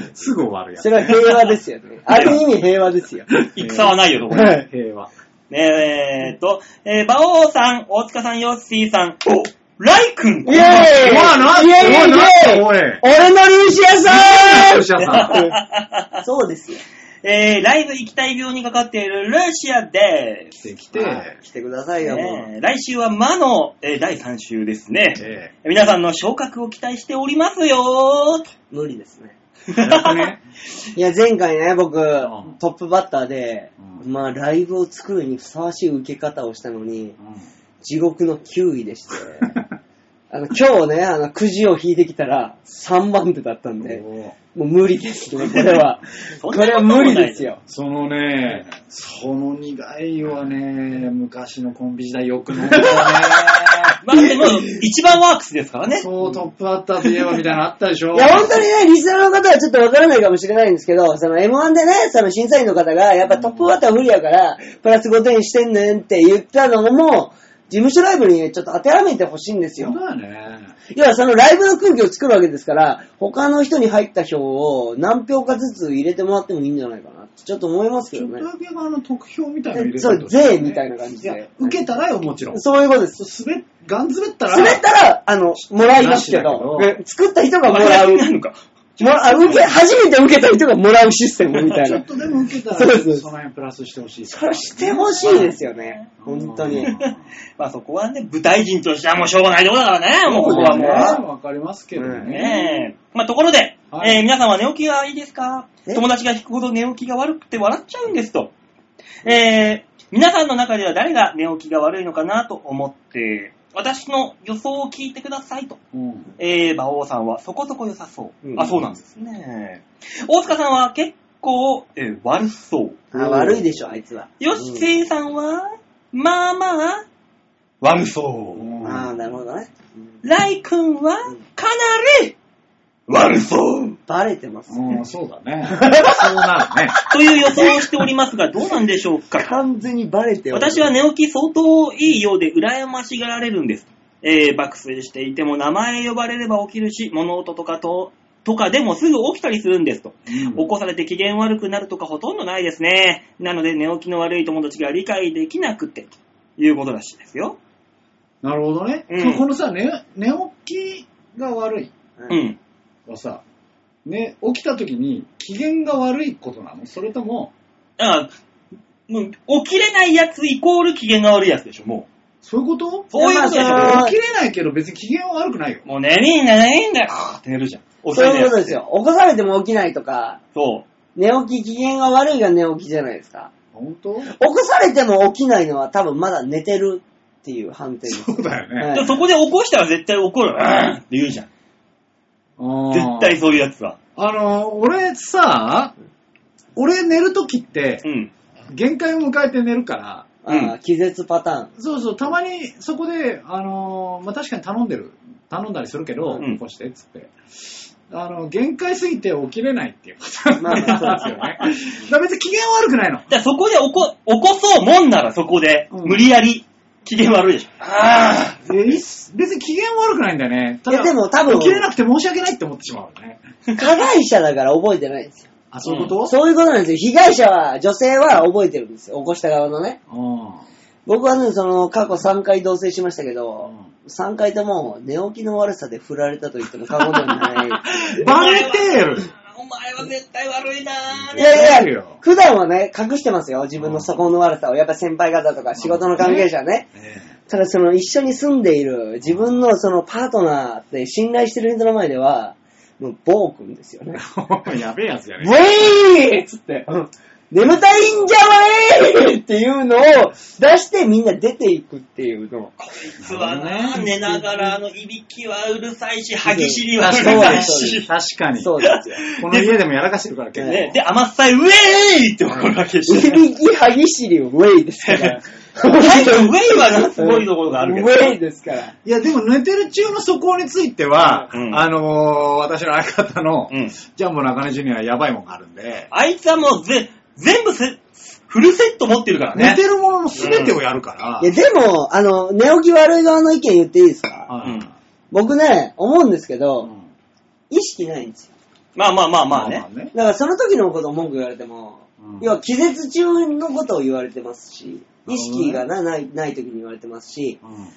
C: ん。すぐ終わるや
D: そ
C: つ。
D: れは平和です よね。ある意味平和ですよ。
B: 戦はないよ、とこ
D: は
B: れ。
D: い
C: 平和。
B: ねえ、えーっと、えー、馬王さん、大塚さん、ヨッシーさん、おライ君
D: イェーイ
C: わな
D: イェーイ
C: わな
D: イェーイ
C: おい
D: 俺のルーシア
C: ルーシ
D: さ
C: アさ
D: んそうですよ。
B: えー、ライブ行きたい病にかかっているルーシアで
C: ん
B: す。
C: 来てき
D: はい
C: て、
D: 来てくださいよ、も
B: ねえ来週は魔の、えー第3週ですね。
C: え
B: 皆さんの昇格を期待しておりますよ
D: う。無理ですね。
C: えやっとね、
D: いや、前回ね、僕、
C: ん
D: トップバッターで、
C: うん
D: まあ、ライブを作るにふさわしい受け方をしたのに、
C: う
D: 地獄の9位でして、あの、今日ね、あの、くじを引いてきたら、3番手だったん
C: ん
D: で、
C: おー
D: もう無理ですね、これは。
B: そ
D: こ
B: んなこ
D: れ
B: と
D: は
B: もない
D: 無理ですよ。
C: そのね、その苦いはね、昔のコンビ時代よく飲んだね。
B: まあでも、一番ワークスですからね。
C: そう、トップバッターといえばみたいなのあったでしょ。
D: いや、本当にね、リスナーの方はちょっとわからないかもしれないんですけど、その M1 でね、その審査員の方が、やっぱトップバッター無理やから、プラス5点してんねんって言ったのも、事務所ライブにねちょっと当てはめてほしいんですよ
C: そう。だよね。
D: 要はそのライブの空気を作るわけですから、他の人に入った票を何票かずつ入れてもらってもいいんじゃないかなって、ちょっと思いますけ
C: ち
D: ど
C: ょっと
D: ね。
C: だけあの得票みたいなの入れて
D: そう、税みたいな感じ
C: いや
D: で。、
C: 受けたらよ、もちろん。
D: そういうことです。
C: 滑っ、ガン滑ったら。
D: 滑ったら、あの、もらいますけ
C: なしだ
D: ど、
C: けど
D: ね作った人がも
B: マニ
D: ら
B: ア
D: う。
B: になるのか。
D: もらあ受け、初めて受けた人がもらうシステムみたい
C: ちょっ
D: な。
C: とでも受けたら、
D: そ
C: そう
D: ですそうです
C: の辺プラスしてほしい。
D: それしてほしいですよね。本当に。
C: うん
B: まあそこはね、舞台人としてはもうしょうがないところだからね、もうここは
C: そうだ
B: も
C: ねわかりますけど
B: う。
C: ね。
B: ねえ。まあところで、
C: はい
B: えー皆さんは寝起きはいいですか
D: え
B: 友達が引くほど寝起きが悪くて笑っちゃうんですと。えー、皆さんの中では誰が寝起きが悪いのかなと思って、私の予想を聞いてくださいと。
C: うん
B: えー、馬王さんはそこそこ良さそう。
D: うん
B: あ、そうなんですね。大塚さんは結構、えー悪そう。
D: あ悪いでしょ、あいつは。
B: よしせいさんは、まあまあ、悪そう。
D: うんああ、なるほどね。
B: ライ君は
D: うん、
B: かなり、悪そう。
D: バレてます。
C: うん、そうだね。そうなるね。
B: という予想をしておりますが、どうなんでしょうか。
D: 完全にバレておる
B: 私は寝起き相当いいようで羨ましがられるんです。えー、爆睡していても名前呼ばれれば起きるし、物音とかと、とかでもすぐ起きたりするんですと。起こされて機嫌悪くなるとかほとんどないですね。なので寝起きの悪い友達が理解できなくて、ということらしいですよ。
C: なるほどね。
B: うん
C: このさ、寝寝起きが悪い
B: うん。
C: はさ、ね、起きた時に機嫌が悪いことなのそれとも、
B: だから、もう起きれないやつイコール機嫌が悪いやつでしょ、も
C: そういうこと
B: う。そういうことでし
D: いやまあ
B: ょ。
C: 起きれないけど別に機嫌は悪くないよ。
B: もう寝れんじゃないんだよって寝るじゃん。
D: そういうことです
B: よ。
D: よ。起こされても起きないとか、
B: そう。
D: 寝起き機嫌が悪いが寝起きじゃないですか。
C: 本当
D: 起こされても起きないのは多分まだ寝てるっていう判定です。
C: そうだよね。
D: はい
B: でそこで起こしたら絶対怒る。うんって言うじゃん。
C: あー
B: 絶対そういうやつは。
C: あの、俺さ、俺寝るときって
B: う、ん。
C: 限界を迎えて寝るから、
D: あ
B: う
D: あ、気絶パターン。
C: そうそう、たまにそこで、あの、まあ、確かに頼んでる。頼んだりするけど、
B: うん
C: 起こして、っつって。あの、限界すぎて起きれないっていうパターン
D: まあ
C: なんですよ ね。だから別に機嫌悪くないの。
B: だからそこで起こ、起こそうもんならそこで、
C: うん
B: 無理やり機嫌悪いでしょ。ああ。
C: えいっす別に機嫌悪くないんだよね。た
D: い
C: だ、
D: やでも多分
C: 起きれなくて申し訳ないって思ってしまうよね。
D: 加害者だから覚えてないんですよ。
C: あ、そういうこと、
D: そういうことなんですよ。被害者は、女性は覚えてるんですよ。起こした側のね。
C: うん、
D: 僕はね、その、過去3回同棲しましたけど、
C: う
D: 3回とも寝起きの悪さで振られたと言っても過言では ない。
C: バレて る
B: お前は絶対悪いなー
D: いやい
C: い
D: や
C: や、
D: 普段はね、隠してますよ。自分の素行の悪さを。やっぱ先輩方とか仕事の関係者ね。 ただその一緒に住んでいる自分のそのパートナーって信頼してる人の前では、もう暴君ですよね。
C: やべえやつじゃ
D: ウ
C: ね
D: ェイっつって、眠たいんじゃわねーっていうのを出してみんな出ていくっていうの。
B: 実はな、寝ながら、あの、いびきはうるさいし、歯ぎしりはうる
C: 確
D: そ
B: さ
D: う
B: い
C: か
D: で
C: に
D: す
B: し。
C: 確かに。
D: そ
C: こ
D: うですよ。
C: の家でもやらかしてるから結構。
B: ね、で、甘っさい、ウェーイって心がけして
D: い
B: る。
D: びき歯ぎしりウェイですから。
B: 最後、ウェイはな、すごいところがあるけど。
D: ウェイですから。
C: いや、でも寝てる中の素行については、
B: うん
C: あのー、私の相方の、
B: うん
C: ジャンボ中根ジュニアはやばいもんがあるんで、
B: あいつはもうぜ、全部せ、フルセット持ってるから
C: 寝
B: ね
C: て。るものの全てをやるから、
D: いや、でも、あの、寝起き悪い側の意見言っていいですか
C: はい
B: うん
D: 僕ね、思うんですけ
C: う
D: ど、
C: ん
D: 意識ないんですよ。
B: まあまあまあまあね。
C: ね。
D: だからその時のことを文句言われても、
C: うん
D: 要は気絶中のことを言われてますし、
C: な
D: 意
C: るほどね
D: 識がなないない時に言われてますし、
C: うん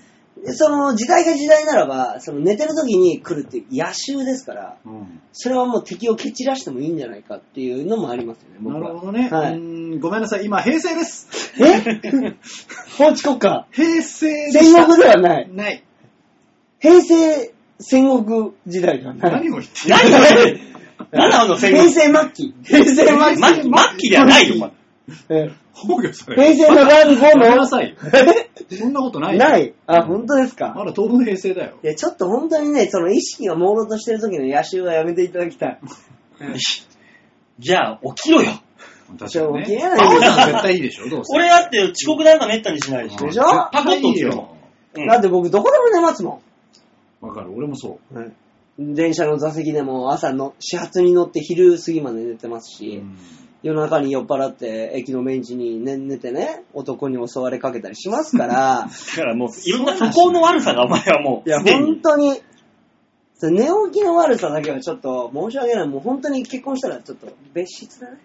D: でその時代が時代ならば、その寝てる時に来るっていう野襲ですから、
C: うん
D: それはもう敵を蹴散らしてもいいんじゃないかっていうのもありますよね、僕
C: な
D: は。
C: るほどね、
D: は
C: う
D: い。
C: んごめんなさい、今、平成です。
D: え法治国家
C: 平成でし
D: 戦
C: た
D: 国ではない。
C: ない。
D: 平成戦国時代ではない。
C: 何を言ってる
B: 何 それ何なの戦
D: 平
B: 後
D: 成末期。平 成
B: 末
D: 末期。
B: 末期ではないよ、お前
D: え
C: 崩御され
D: 平
C: る。
D: 成の元後
C: やめ
D: の
C: な。さいよ。 そんなことないよ
D: ない。あ、本当ですか
C: まだ当分平成だよ
D: い。や、ちょっと本当にね、その意識が朦朧としてる時の野襲はやめていただきたい。
B: じゃあ、起きろよ。
C: 確かに
D: 起き
C: ね
D: れ。ない
C: バオさん絶対いいでしょどう せ。
B: 俺だって遅刻なんかめったにしないでし
C: うん
B: ょ
D: で。しょ
C: 絶対いい
B: パコッ
C: よ。
B: うん
D: だって僕どこでも寝ますも
C: わかる、俺もそ
D: ん。電車の座席でも朝の始発に乗って昼過ぎまで寝てます
C: う。
D: し、
C: うん
D: 夜中に酔っ払って駅のベンチに寝寝てね、男に襲われかけたりしますから、
B: だからもう、いろんな素行の悪さがお前はもう、
D: いや、
B: すでに
D: 本当に、それ寝起きの悪さだけはちょっと申し訳ない。もう本当に結婚したらちょっと別室だね。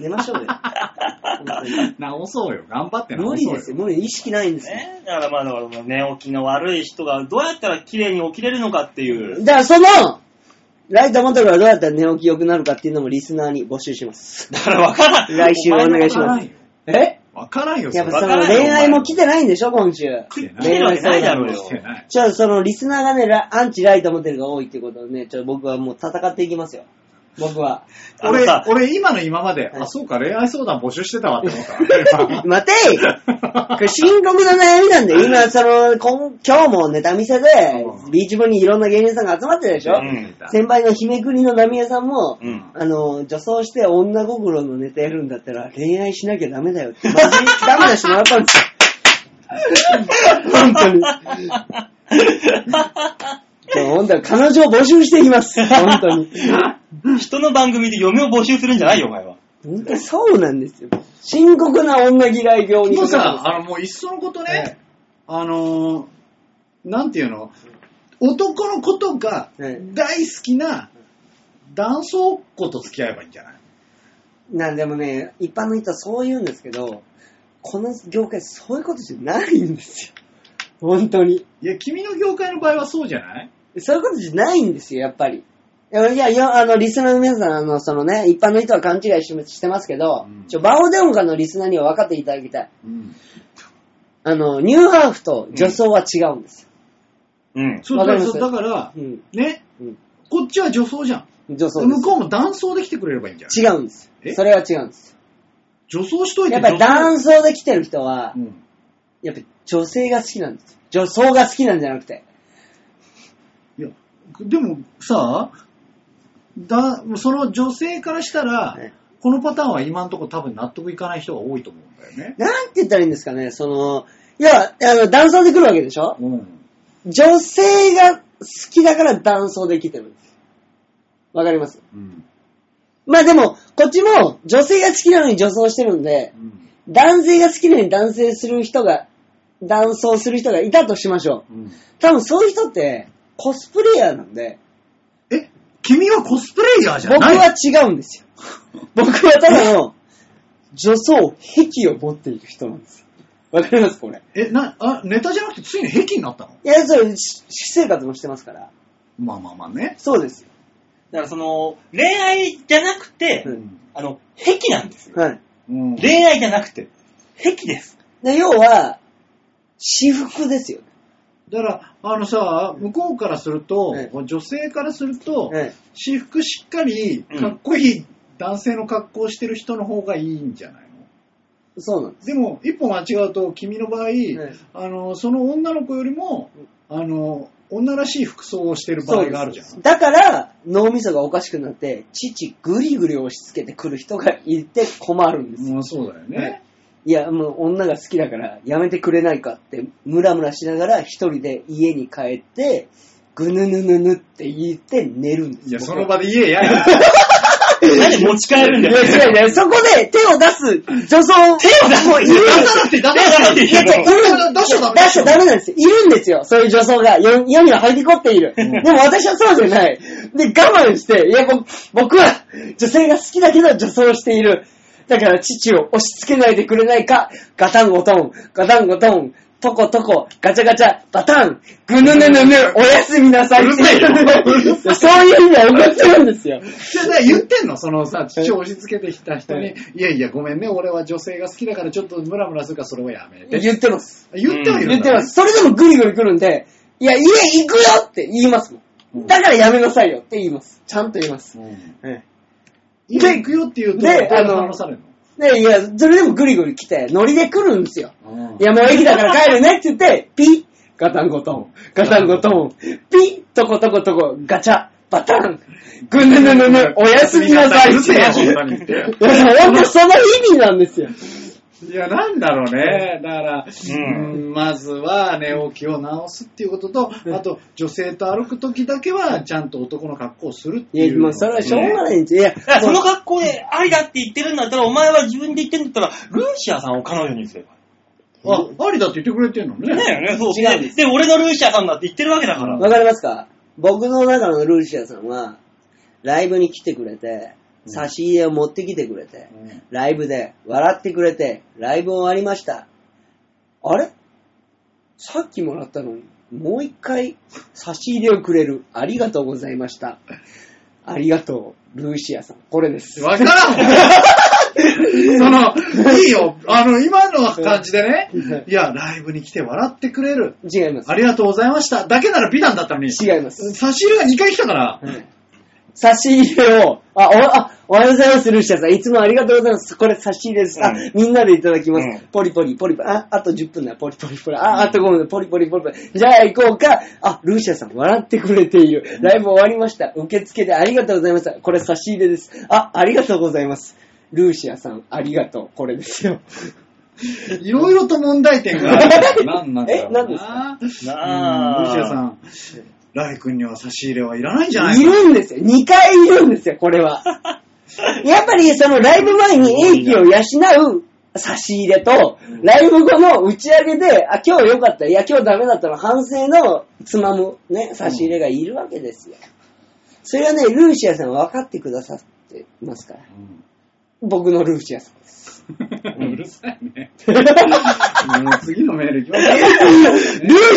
D: 寝まし ょうよ。本当に
C: 直そうよ。頑張って
D: 無
C: 直
D: 理
C: そう
D: ですよ。無理。意識ないんですよ。
B: ね、だからまあだから寝起きの悪い人がどうやったら綺麗に起きれるのかっていう。
D: だからその、ライトボトルはどうやったら寝起き良くなるかっていうのもリスナーに募集します。
B: だからわからん。
D: 来週お願いし
C: わから
D: ま
C: ん
D: す。
C: よ。
D: え
C: わからんよ、
D: やっぱそ
C: れは
B: わ
D: の
B: からんよ
D: 恋愛も来てないんでしょ、今週。
B: 来
C: 来
B: てるわけないだろう
C: 来て
B: よ。
C: ない
D: ちょっとそのリスナーがね、ラアンチライトボトルが多いってことをね、ちょっと僕はもう戦っていきますよ。僕は。
B: あの
C: 俺
B: さ、、
C: 俺今の今まで、
D: はい
C: あ、そうか、恋愛相談募集してたわって思 った。
D: 待て いこれ深刻な悩みなんで、今、その、今今日もネタ見せで
C: う、ん
D: ビーチ部にいろんな芸人さんが集まってるでしょ、
B: うん
D: 先輩の姫国の浪江さんも、
B: うん。
D: あの、女装して女心のネタやるんだったら恋愛しなきゃダメだよって、マジダメだしもらったんですよ。本当に。もう本当に彼女を募集しています。本当に。
B: 人の番組で嫁を募集するんじゃないよ、お前は。
D: 本当にそうなんですよ。深刻な女嫌い病に
C: も
D: か
C: う
D: か
C: さ、
D: る
C: あの、もういっそのことね、
D: え
C: あのー、なんていうの、男のことが
D: え
C: 大好きな男装っ子と付き合えばいいんじゃない
D: なんでもね、一般の人はそう言うんですけど、この業界そういうことじゃないんですよ。本当に。
C: いや、君の業界の場合はそうじゃない
D: そういうことじゃないんですよ、やっぱり。いや、いやいや、あの、リスナーの皆さん、あの、そのね、一般の人は勘違いししてますけど、
C: うん
D: ちょ、バオデモカのリスナーには分かっていただきたい。
C: うん。
D: あの、ニューハーフと女装は違うんですよ。
B: うん。
C: そう
D: わ
C: だ
D: か
C: か
D: り
C: らそ
D: ます
C: うだから、
D: うん。
C: ね、
D: うん
C: こっちは女装じゃん。
D: 女装で
C: 向
D: す。
C: こうも男装で来てくれればいいんじゃない
D: 違うんですよ。
C: え
D: それは違うんです
C: 女装しとい
D: よ。
C: て
D: やっぱり男装で来てる人は、
C: 装うん。
D: やっぱり女性が好きなんですよ。女装が好きなんじゃなくて。
C: いや、でもさ、だ、その女性からしたら
D: ね、
C: このパターンは今のところ多分納得いかない人が多いと思うんだよね。
D: なんて言ったらいいんですかね、その、いや、あの、男装で来るわけでしょ
C: うん。
D: 女性が好きだから男装で来てるんです。わかります
C: うん。
D: まあでも、こっちも女性が好きなのに女装してるんで
C: う、ん。
D: 男性が好きなのに男性する人が、男装する人がいたとしましょう。
C: うん
D: 多分そういう人って、コスプレイヤーなんで、
C: え、君はコスプレイヤーじゃ
D: 僕
C: ない
D: は違うんですよ。 僕はただの、女装、癖を持っている人なんですよ。わかりますこれ。
C: え、な、あ、ネタじゃなくてついに壁になったの
D: いや、それ、し私生活もしてますから。
C: まあまあまあね。
D: そうですよ。
B: だからその、恋愛じゃなくて
D: う、ん
B: あの、癖なんですよ。
D: はい。
C: うん。
B: 恋愛じゃなくて、癖 です。
D: で、要は、私服ですよね。
C: だから、あのさ、向こうからすると
D: え、
C: 女性からすると、
D: ええ
C: 私服しっかり、かっこいい男性の格好をしてる人の方がいいんじゃないの
D: そうなんです。
C: でも、一歩間違うと、君の場合、
D: え
C: あの、その女の子よりも、あの、女らしい服装をしてる場合があるじゃん。
D: そうですだから、脳みそがおかしくなって、父ぐりぐり押し付けてくる人がいて困るんですよ。
C: まあそうだよね。
D: いや、もう女が好きだからやめてくれないかって、ムラムラしながら一人で家に帰って、ぐぬぬぬぬって言って寝るんです
C: い
D: よ
C: や、その場で 言えや。い
B: なんで持ち帰るんだ
D: い
B: よ。
D: や違う違う、そこで手を出す女装。手を出すもういる
B: 出さなくていい
D: いや、違う、いる
C: 出しちゃダメ
D: 出しちゃダメなんですよ。いるんですよ。そういう女装が。世世には入り込んでいる。でも私はそうじゃない。で、我慢して、いや、僕僕は女性が好きだけど女装している。だから父を押し付けないでくれないか、ガタンゴトン、ガタンゴトン、トコトコ、ガチャガチャ、バタン、ぐぬぬぬぬ、おやすみなさい。
B: うるさいよ
D: そういう意味は思ってるんですよ。
C: や、だから言ってんのそのさ、父を押し付けてきた人に、いやいや、ごめんね、俺は女性が好きだからちょっとムラムラするからそれをやめて。
D: 言ってます。
C: 言ってはいるんだね
D: 言ってます。それでもグリグリ来るんで、いや、家行くよって言いますもん。だからやめなさいよって言います。ちゃんと言います。
C: うん
D: え
C: 今行くよって言うと、
D: で
C: 誰
D: あの
C: が話される
D: で、いや、それでもグリグリ来て、ノリで来るんですよ。
C: の
D: いや、もう駅だから帰るねって言って、ピッ、ガタンゴトン、ガタンゴトン、ピッ、トコトコトコ、ガチャ、バタン、ぐぬぬぬぬ、おやすみなさい。
C: うるせえよそんなに
D: い や、ほんとその意味なんですよ。
C: いや、なんだろうね。だから、
B: うん
C: うんまずは寝起きを直すっていうことと、あと、女性と歩くときだけは、ちゃんと男の格好をするって
D: い
C: いう。
D: や、もうそれはしょうがないんですよ。いや
B: だからその格好で愛だって言ってるんだったら、お前は自分で言ってんだったら、ルーシアさんを彼女にすれば。
C: あ、ありだって言ってくれてんのね。
B: ねえね、そう。
D: 違うんです
B: で、俺のルーシアさんだって言ってるわけだから。
D: わかりますか僕の中のルーシアさんは、ライブに来てくれて、差し入れを持ってきてくれて、
C: うん
D: ライブで笑ってくれて、ライブ終わりました。あれさっきもらったのに、もう一回差し入れをくれる。ありがとうございました。ありがとう、ルーシアさん。これです。
C: わ からんもんその、いいよ。あの、今の感じでね
D: うん、
C: いや、ライブに来て笑ってくれる。
D: 違います
C: あ。りがとうございました。だけなら美談だったのに。
D: 違います。
C: 差し入れが2回来たから、
D: 差し入れを、あ、お、あ、おはようございます、ルシアさん。いつもありがとうございます。これ差し入れです。あ、
B: うん
D: みんなでいただきます。
B: うん
D: ポリポリ、ポリポリ。あ、あと10分だ。ポリポリ、ポリ。あ、あと5分だ。ポリポリ、ポリポリ。じゃあ行こうか。あ、ルシアさん、笑ってくれている。ライブ終わりました。受付でありがとうございました。これ差し入れです。あ、ありがとうございます。ルーシアさん、ありがとう。これですよ。
C: いろいろと問題点があ る。なんなんだろう
D: え何です
C: な。
B: なあ
C: ルシアさん、ライ君には差し入れはいらないんじゃない
D: いるんですよ。2回いるんですよ、これ は。やっぱりそのライブ前に英気を養う差し入れと、ライブ後の打ち上げで、あ、今日良かった、いや、今日ダメだったの反省のつまむね、差し入れがいるわけですよ。それはね、ルーシアさんは分かってくださってますから。僕のルーシアさ んです。
C: うんうるさいね。
D: ルー
C: もう次のメール行きましょ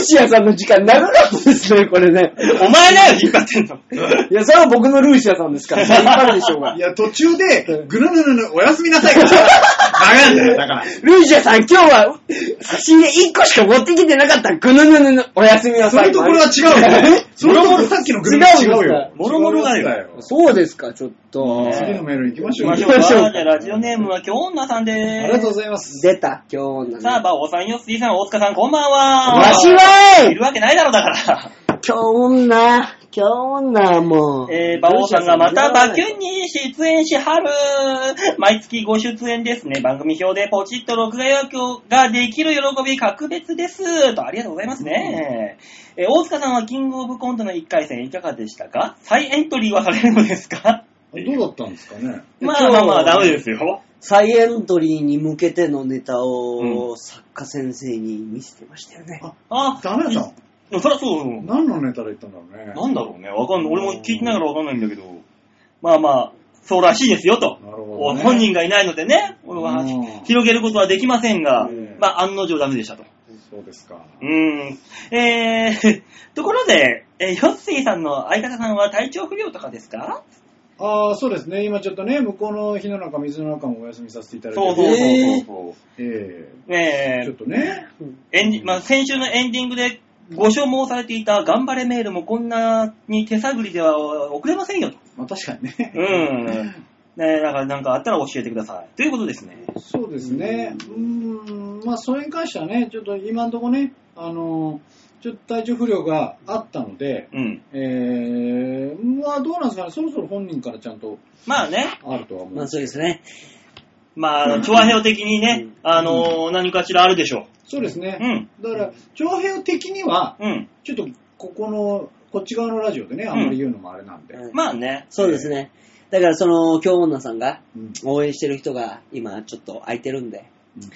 D: シアさんの時間長かったですね、これね。
B: お前だよ、引っ張ってんの。
D: いや、それは僕のルーシアさんです から、引っ張るでしょうが
C: う。い。や、途中で、ぐるぬるぬ、おやすみなさいが。長いんだよ、だから。
D: ルージャさん、今日は、差し入れ1個しか持ってきてなかった。ぐぬぬぬぬ、おやすみな
C: そ
D: さい。
C: れとこれは違うよ。それとこれさっきのぐるぬる違うよ。
B: もろもろだよ。
D: そうですか、ちょっと。
C: 次のメール行きましょう。
B: 行
C: あ
B: き
C: り
B: ましょうか。じゃあ、ラジオネームは京女さんで
C: がとう
B: す。
C: ございます。
D: 出た、今日の。
B: さあ、バオさんよ、杉さん、大塚さん、こんばんは。
D: わしはい
B: るわけないだろ、だから。
D: 今日女、今日女もう。
B: えー、馬王さんがまたバキュンに出演しはる。毎月ご出演ですね。番組表でポチッと録画予約ができる喜び格別です。と、ありがとうございますね。えー大塚さんはキングオブコントの1回戦いかがでしたか再エントリーはされるのですか
C: どうだったんですかね。
B: まあまあまあ、ダメですよ。
D: 再エントリーに向けてのネタを、
B: う
D: 作家先生に見せてましたよね。
C: あ
B: あ、
C: ダメだった
B: いそりゃそうだよ
C: 何のネタで言ったんだろうね。
B: なんだろうね。わかんない。俺も聞いてながらわかんないんだけど。まあまあ、そうらしいですよと。
C: なるほどね
B: 本人がいないのでね、俺は
C: うん
B: 広げることはできませんが
C: ええ、
B: まあ案の定ダメでしたと。
C: そうですか。
B: うーん。えー、 ところで、えーヨッシーさんの相方さんは体調不良とかですか
C: ああ、そうですね。今ちょっとね、向こうの火の中、水の中もお休みさせていただいて。
B: そうそうそうそう
C: え
B: そう。ね
C: えちょっ
B: え
C: とね。
B: エンディまあ、先週のエンディングでご所望されていた頑張れメールもこんなに手探りでは送れませんよと。
C: まあ確かにね。
B: うん。ね、なんか、なんかあったら教えてください。ということですね。
C: そうですね。うーん、まあ、それに関してはね、ちょっと今のところね、あの、ちょっと体調不良があったので、
B: うん。
C: えー、まあ、どうなんですかね、そろそろ本人からちゃんと
B: まあね、
C: あるとは思う。
D: まあそうですね。
B: まあ、調和平的にね、あのー何かしらあるでしょ
C: そうですね
B: う。。うん。
C: だから、長編的には、
B: うん。
C: ちょっとここの、こっち側のラジオでね、あんまり言うのもあれなんで。
D: うん
B: まあね。
D: そうですね。だからその、京女さんが
C: うん
D: 応援してる人が今ちょっと空いてるんで、
C: うん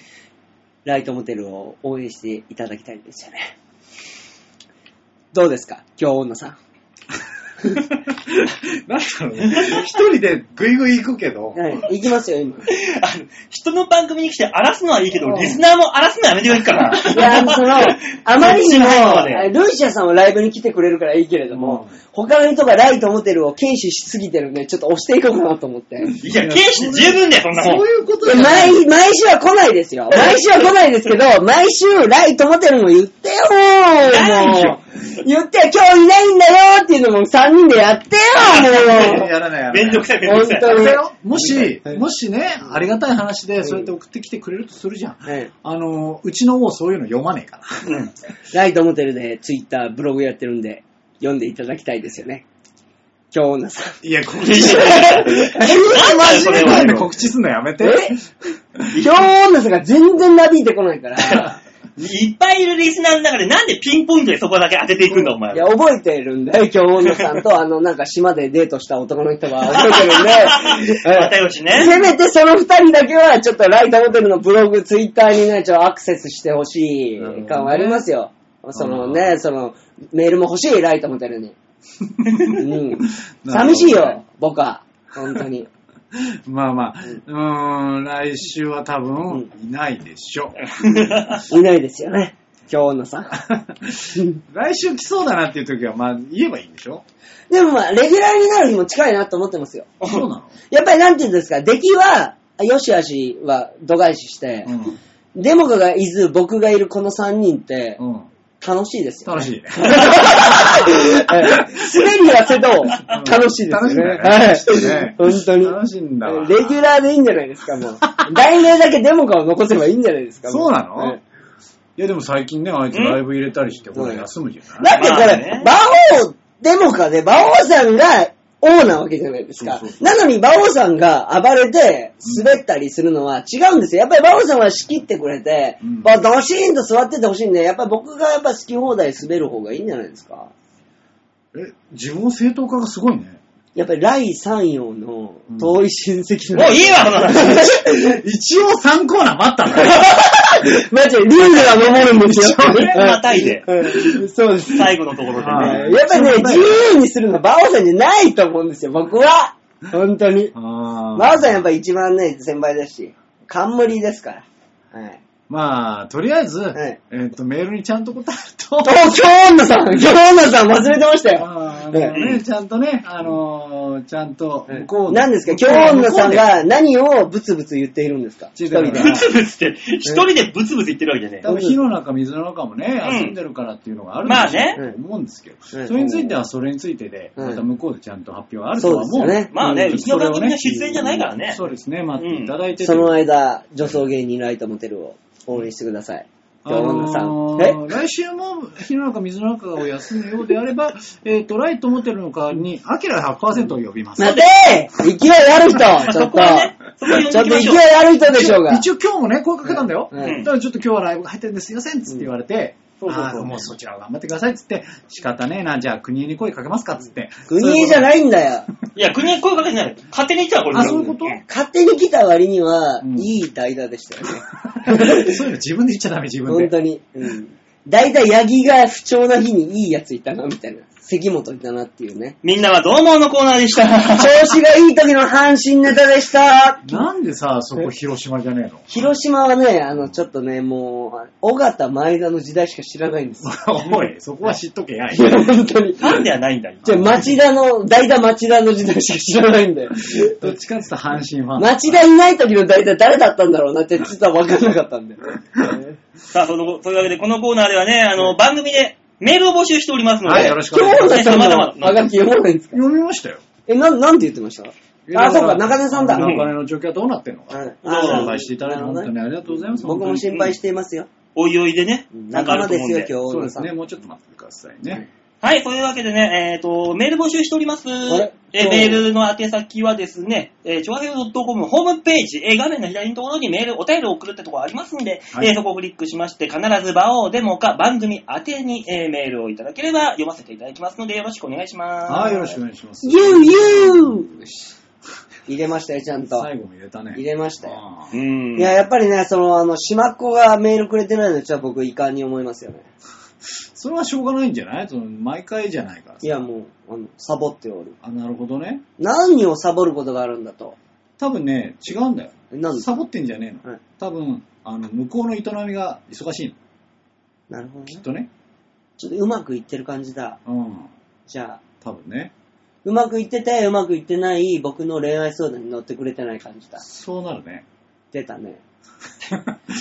D: ライトモテルを応援していただきたいんですよね。どうですか京女さん。
C: なんだろうね。一人でグイグイ行くけど、
D: はい。行きますよ、 今。い
B: あの、人の番組に来て荒らすのはいいけど、リスナーも荒らすのやめてくいから。
D: や、その、あまりにも、
B: 最後まで
D: あルイシアさんはライブに来てくれるからいいけれども、他の人がライトモテルを軽視しすぎてるんで、ちょっと押していこうかなと思って。
B: いや、軽視で十分だよ、そんなも
C: そ
B: ん
C: う。いうことじゃない
D: 毎、毎週は来ないですよ。毎週は来ないですけど、毎週ライトモテルも言ってよ
B: ないよ
D: もう言ってよ今日いないんだよっていうのも3人でやってよもう
C: やらないやらない。
B: めんどくさい、めんどくさい。
D: 本
C: もし、
D: はい
C: もしね、ありがたい話で、そうやって送ってきてくれるとするじゃん。
D: はい
C: あの、うちの方そういうの読まねえから。
B: うん
D: ライトモテルでツイッター、ブログやってるんで、読んでいただきたいですよね。今日女さ ん。
C: いや、告知しない。
B: なんだよそ
C: 真
B: れ
C: 面目
B: は
C: なんで告知すんのやめて。
D: え今日女さんが全然なびいてこな いから、
B: いっぱいいるリスナーの中で、なんでピンポイントでそこだけ当てていくんだ、お前
D: いや、覚えてるんで、今日女さんと、あの、なんか島でデートした男の人が覚え てるんで、はい
B: 又吉
D: せ
B: ね。
D: めてその二人だけは、ちょっとライトホテルのブログ、ツイッターにね、ちょっとアクセスしてほしい感はありますよ。そのね、その、メールも欲しい、ライトホテルに。うん。寂しいよ、僕は。本当 に。
C: まあまあ、うーん、来週は多分いないでしょ
D: いないですよね。今日のさん。
C: う。来週来そうだなっていう時は、まあ言えばいいんでしょ
D: でもまあ、レギュラーになる日も近いなと思ってますよ。
C: そうなの
D: やっぱりなんていうんですか、出来は、よしあしは度外視して、
C: うん。
D: デモカがいず、僕がいるこの三人って、
C: うん。
D: 楽しいですよ、ね。
C: 楽しいね。
D: 滑りはせど、楽しいですよ
C: 楽しい
D: ね。
C: ね
D: はい。本当に。
C: 楽しいんだわ。
D: レギュラーでいいんじゃないですか、もう。題名だけデモカを残せばいいんじゃないですか、も
C: そうなの、
D: はい
C: い、やでも最近ね、あいつライブ入れたりして、
D: ん
C: ほら休むじゃない
D: だってこ
B: まあ
D: れ
B: ね、
D: 馬王、デモカで馬王さんが王なわけじゃないですか
C: そうそう。そ
D: なのに馬王さんが暴れて滑ったりするのは違うんですよ。やっぱり馬王さんは仕切ってくれて
C: うん、
D: まあドシーンと座っててほしいんで、やっぱり僕がやっぱ好き放題滑る方がいいんじゃないですか。
C: え、自分正当化がすごいね。
D: やっぱり来三陽の遠い親戚の、
B: もういいわ、この話。
C: 一応3コーナー待ったんだよ。
D: マジで、ルールは守るんですよ。
B: またいで。
D: うんそうです。
B: 最後のところ
C: は
B: でね。
C: い
D: やっぱね、自由にするのは馬王さんじゃないと思うんですよ、僕は。本当に。
C: あー
D: 馬王さんやっぱ一番ね、先輩だし、冠ですから。はい。
C: まあ、とりあえず、
D: はい
C: えっと、メールにちゃんと答えると、
D: 東京女さん京女さん忘れてましたよ。
C: あの
D: え
C: ね、ちゃんとね、あのーちゃんと向こう
D: 何ですか京女さん、が何をブツブツ言っているんですか一
C: 違う
D: 人で。
B: ブツブツって、一人でブツブツ言ってるわけじゃね
C: 多分火の中、水の中もね、休んでるからっていうのがあるんで
B: まあね
C: しょうと思うんですけど、
D: うん
C: それについてはそれについてで、
D: うん
C: また向こうでちゃんと発表はあると
D: そう
C: は
D: です
C: 思う。
D: よね
B: え。。まあね、
C: うん
B: うちの番組の出演じゃないからね。
C: そうですね、待っていただいてと
D: そ
C: いう
D: の間、女装芸人ライトモテルを応援してください。
C: あ
D: 京女さ
C: の
D: ん。え
C: ー、来週も火の中水の中を休むようであれば、えっ、と、ライトモテルの代わりに、アキラ100%を呼びます。
D: 待て勢いある人ちょ
B: そ
D: っ
B: こはね
D: と。、
B: そこに呼ん
D: ちょ
B: で
D: っ
B: きましょ
D: と勢い
B: う。
D: ある人でしょうが。
C: 一応今日もね、声かけたんだよ。
D: うん
B: うん
C: ただちょっと今日はライブ入ってるんですいませんっつって言われて、
B: そうそうそう
C: あーもうそちらを頑張ってくださいっつって、仕方ねえな、じゃあ国に声かけますかっつって。
D: 国じゃないんだよ。
B: いや、国に声かけてない。勝手に言ってたこれ。
C: あそういうこと
B: ん
D: 勝手に来た割には、
C: うん
D: いい代打でしたよね。
C: そういうの自分で言っちゃダメ、自分
D: 本当
C: で。
D: に。うん。大体、ヤギが不調な日にいいやついたな、みたいな。関本いたなっていうね。
B: みんなはどうものコーナーでした。
D: 調子がいい時の阪神ネタでした。
C: なんでさ、そこ広島じゃねえの
D: 広島はね、あの、ちょっとね、もう、尾形前田の時代しか知らないんですよ。
C: お い、そこは知っとけやい
D: い。や、本当に。
B: ファンではないんだ、今
D: じゃあ町田の、代打町田の時代しか知らないんだよ。
C: どっちかって言ったら阪神ファン。
D: 町田いない時の代打誰だったんだろうなって、ちょっとわかんなかったんで。
B: さあ、その、というわけで、このコーナーではね、あの、番組でメールを募集しておりますので。
C: はいよろしくお願い
D: 今
C: し
D: 日
C: ます
D: のさんのハガキ読まないんです か
C: 読みましたよ。
D: え、なん、なんて言ってました
C: え
D: あ、そうか、中根さんだ。
C: お
B: 中根
C: 金の状況はどうなってんのか。
D: はい
B: あ
C: 心配していただいて本当にありがとうございます。
D: 僕も心配していますよ。
B: おいおいでね、なんかあ
D: 仲
B: る
D: 間
B: と
D: で
B: 思うんで
C: そうで
D: すよ、今。日、大野
C: す
D: さん。
C: ね。もうちょっと待ってくださいね。
B: はい、というわけでね、えっ、と、メール募集しております。
D: あれ
B: えーメールの宛先はですね、えー、ちょわへよ .com ホームページ、えー画面の左のところにメール、お便りを送るってところありますんで、
C: はい
B: えーそこをクリックしまして、必ず場をデモか番組宛てに、えーメールをいただければ読ませていただきますので、よろしくお願いします。
C: はい、よろしくお願いします。
D: ユーユー入れましたよ、ちゃんと。
C: 最後も入れたね。
D: 入れましたよ。
C: あ
B: う
C: ー
B: ん。
D: いや、やっぱりね、その、あの、島っ子がメールくれてないのちは僕、遺憾に思いますよね。
C: それはしょうがないんじゃないその毎回じゃないから
D: い
C: さ。
D: や、もう、あの、サボっておる。
C: あ、なるほどね。
D: 何をサボることがあるんだと。
C: 多分ね、違うんだよ。
D: なんだ
C: サボってんじゃねえの。
D: はい
C: 多分、あの、向こうの営みが忙しいの。
D: なるほど
C: きっ
D: ね。
C: とね。
D: ちょっとうまくいってる感じだ。
C: うん。
D: じゃあ、
C: 多分ね。
D: うまくいってて、うまくいってない僕の恋愛相談に乗ってくれてない感じだ。
C: そうなるね。
D: 出たね。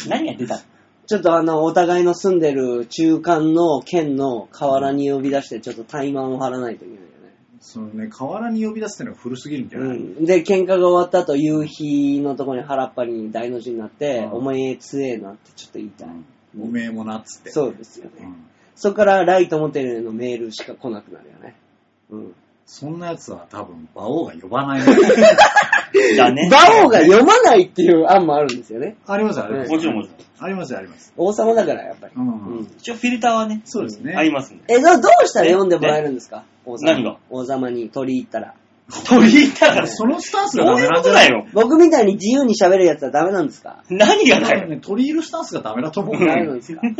B: 何が出た
D: ちょっとあの、お互いの住んでる中間の県の河原に呼び出して、ちょっと怠慢を張らないといけないよね。
C: そのね、河原に呼び出すってのは古すぎるんじゃない、
D: うん、で、喧嘩が終わった後、夕日のとこに腹っぱに大の字になって、
C: うん
D: お前強えなってちょっと言いたい。
C: うんおめえもなっつって。
D: そうですよ
C: う
D: ね。
C: ん
D: そこからライトモテルへのメールしか来なくなるよね。うん。
C: そんなやつは多分、馬王が呼ばない、ね。
B: だね。
D: 馬王が読まないっていう案もあるんですよね。
C: あります、あります。
B: もちろんもちろん。
C: あります、あります。
D: 王様だから、やっぱり。
C: う。
D: うんん。
B: 一応フィルターはね、
C: そうですね。
B: ありますんで。
D: え、どどうしたら読んでもらえるんですか王様。
B: 何が
D: 王様に取り入ったら。
B: 取り入ったら、そ
C: そのスタンス
B: う
C: がダメ
B: いう
C: な
B: こ
C: ん
B: と
C: じゃな
B: だ
C: い
B: よ。
D: 僕みたいに自由に喋るやつはダメなんですか
B: 何がだ
C: 多分
B: よ。
C: ね、取り入るスタンスがダメだと思う、
D: ダ
C: ね
D: メなん
C: うん、
D: ですか
C: 今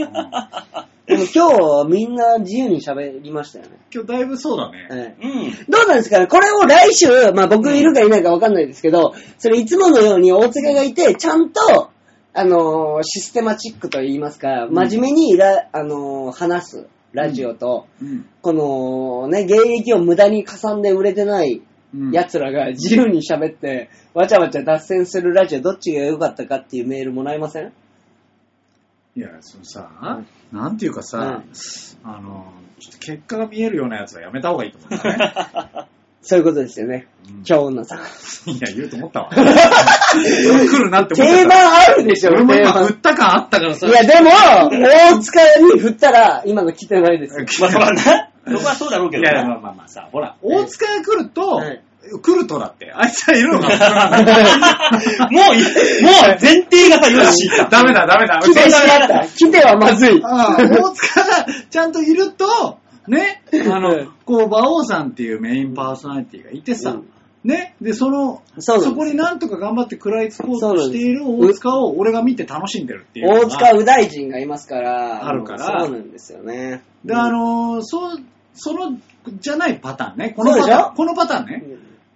D: でも今日みんな自由に喋りましたよね。
C: 日だいぶそうだね。
D: ええ
B: うん。
D: どうなんですかねこれを来週、まあ僕いるかいないかわかんないですけど、それいつものように大塚がいて、ちゃんと、あのーシステマチックと言いますか、真面目にラ、あのー話すラジオと、
C: うん。
D: このね、現役を無駄にかさんで売れてない
C: うん、
D: 奴らが自由に喋って、わちゃわちゃ脱線するラジオどっちが良かったかっていうメールもらえません
C: いや、そのさ、なんていうかさ、あの、ちょっと結果が見えるようなやつはやめた方がいいと思うんだ ね。
D: そういうことですよね。
C: うん
D: 今日女さん。
C: いや、言うと思った わ。来るなって思っ
D: 定
C: たから。
D: 番あるでしょ、
C: 俺も
D: 定
C: 今、振
D: 番
C: っ。た感あったから
D: い
C: さ。
D: や、でも、大塚に振ったら、今の来てな いですよ。
B: まあ、そらな。そこはそうだろうけ
C: い
B: どな。
C: や、まあまあまあさ、ほら、大塚が来ると、
D: はい
C: 来るとだって、あいつはいるのかな
B: もうい、もう前提がよし。
C: ダメだ、ダメ だ。
D: 来てしまった。来てはまずい。
C: ああ大塚がちゃんといると、ね、あ
D: はい
C: の、こう、馬王さんっていうメインパーソナリティがいて
D: う
C: さ
D: ん、
C: ね、で、その、
D: そうなんですよ
C: こになんとか頑張って食らいつこうとしている大塚を俺が見て楽しんでるっていうのが。
D: 大塚右大臣がいますから。
C: あるから
D: そうなんですよね。
C: で、あのーそう、その、じゃないパターンね。こ
D: そ
C: の
D: うで
C: パ
D: し
C: タ
D: ょ
C: ーン、このパターンね。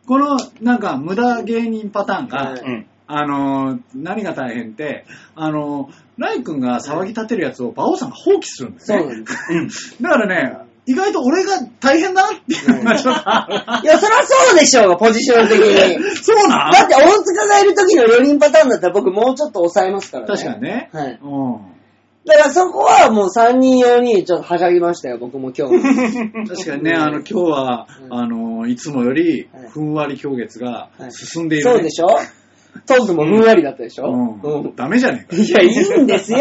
C: この、なんか、無駄芸人パターンが、
D: はい
B: うん。
C: あのー何が大変って、あのーライ君が騒ぎ立てるやつを馬王さんが放棄するんです
D: そう
C: ね。
D: なんです。
C: だからね、意外と俺が大変だなっていうのがちょっとある、
D: いや、そりゃそうでしょうが、ポジション 的に。
C: そうな
D: だって大塚がいる時の4人パターンだったら僕もうちょっと抑えますからね。
C: 確かにね。
D: はい。
C: う
D: だからそこはもう3人用にちょっとはしゃぎましたよ、僕も今日。
C: ん。確かにね、あの、今日は、あのーいつもより
D: はい、
C: ふんわり氷月が
D: はい
C: 進んでいる、ね
D: そうでしょトークもふんわりだったでしょ、
C: う
D: うん
C: ん。ダメじゃねえか。
D: いや、いいんですよ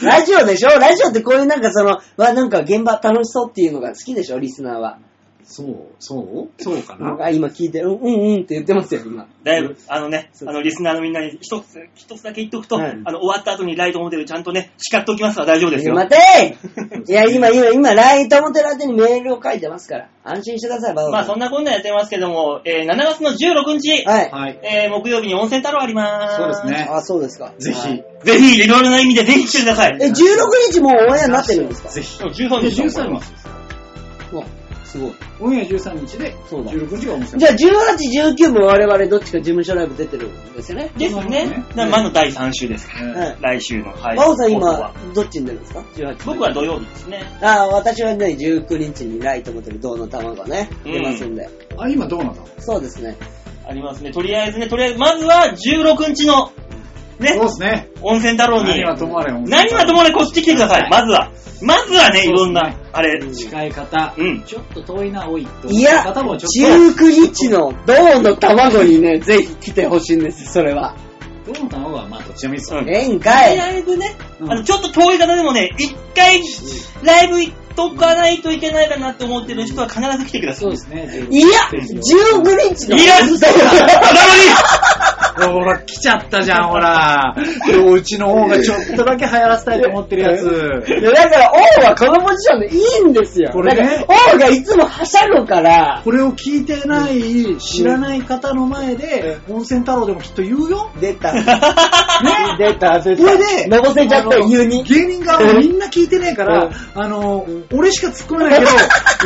D: ラジオでしょラジオってこういうなんかその、わ、なんか現場楽しそうっていうのが好きでしょリスナーは。
C: そう、そうそうかな。
D: あ、今聞いてる、うんうんうんって言ってますよ、今。
B: だいぶ、あのね、あ
D: そう
B: の、リスナーのみんなに一つ、一つだけ言っとくと、
D: はい
B: あの、終わった後にライトモデルちゃんとね、叱っておきますから大丈夫ですよ。
D: 待ていや、今、今、今、ライトモテラ宛てにメールを書いてますから。安心してください、バオ
B: まあ、そんなこんなやってますけども、えー7月の16日、
D: はい。
C: はい。
B: えー木曜日に温泉太郎あります。
C: そうですね。
D: あ、そうですか。
C: ぜひ
D: はい
B: ぜひ、いろいろな意味でぜひ来てください。
D: え、16日もうオンエアになってるんですか
C: ぜひ。
B: 13日。
C: 13日。
D: うわすごい。
C: オンエア13日で、
D: そうだ
C: 16日がお店。
D: じゃあ、18、19も我々どっちか事務所ライブ出てるんですよね。
B: ですね。な魔の第3週ですから。
C: ね
D: はい。
B: 来週の配
D: バオ
B: 放
D: さん
B: 送
D: 今
B: は、
D: どっちに出るんですか ?18。
B: 僕は土曜日ですね。
D: ああ、私はね、19日にライトモテる銅の卵がね、出ますんで。
C: あ、今どうなの
D: そうですね。
B: ありますね。とりあえずね、とりあえず、まずは16日の、ね
C: そう、ですね。
B: 温泉太郎に
C: 何、はともあれ、
B: 何はともあれこっち来てください。まずは。まずはね、いろんな、あれ、
E: 近い方、
B: うん
E: ちょっと遠いな、多いと
D: い
E: 思う
D: や、
E: 方もちょっ
D: 19日の銅の卵にね、ぜひ来てほしいんです、それは。
E: と、どの卵はまあどちらもいいですよ
B: うん
D: ええんかい。
B: ライブね、
C: うん
B: あの、ちょっと遠い方でもね、一回、ライブ行っとかないといけないかなって思ってる人は必ず来てくださ
E: そう
B: い。
E: ですね。
D: いや、
E: 19
D: 19
E: ですよ
D: 日の。
B: いや、
C: ほら、来ちゃったじゃん、ほら。うちの王がちょっとだけ流行らせたいと思ってるやつ。
D: いやだから、王はこのポジションでいいんですよ。
C: これね
D: だから王がいつもはしゃぐから、
C: これを聞いてない、知らない方の前で、温泉太郎でもきっと言うよ。
D: 出た。 出た、出た。
C: これで
D: のぼせちゃった言うに。
C: 芸人がみんな聞いてねえから、あの、俺しか突っ込め ないけど、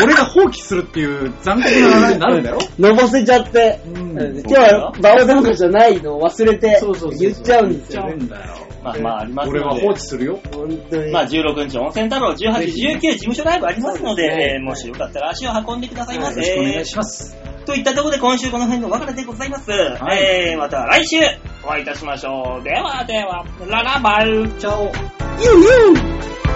C: 俺が放棄するっていう残酷な流れになるんだよ。
D: のぼせちゃって。
C: ん
D: 今日は馬王殿下じゃないのを忘れて
C: そうそうそう、
D: 言っちゃうんですよ
C: 言っちゃう
D: ね。
C: んだよ。
B: まあまあありますの
C: 俺
B: で
C: は放置するよ。
D: 本当に。
B: まあ16日、温泉太郎18、19、事務所ライブありますので、
D: そうですね
B: えーもしよかったら足を運んでくださいま
C: よ
B: せ。
C: ろしくお願いします。
B: といったところで今週この辺のお別れでございます。
C: い
B: えー、また来週お会いいたしましょう。ではでは、ララバル。
C: チャオ。
D: ユーユー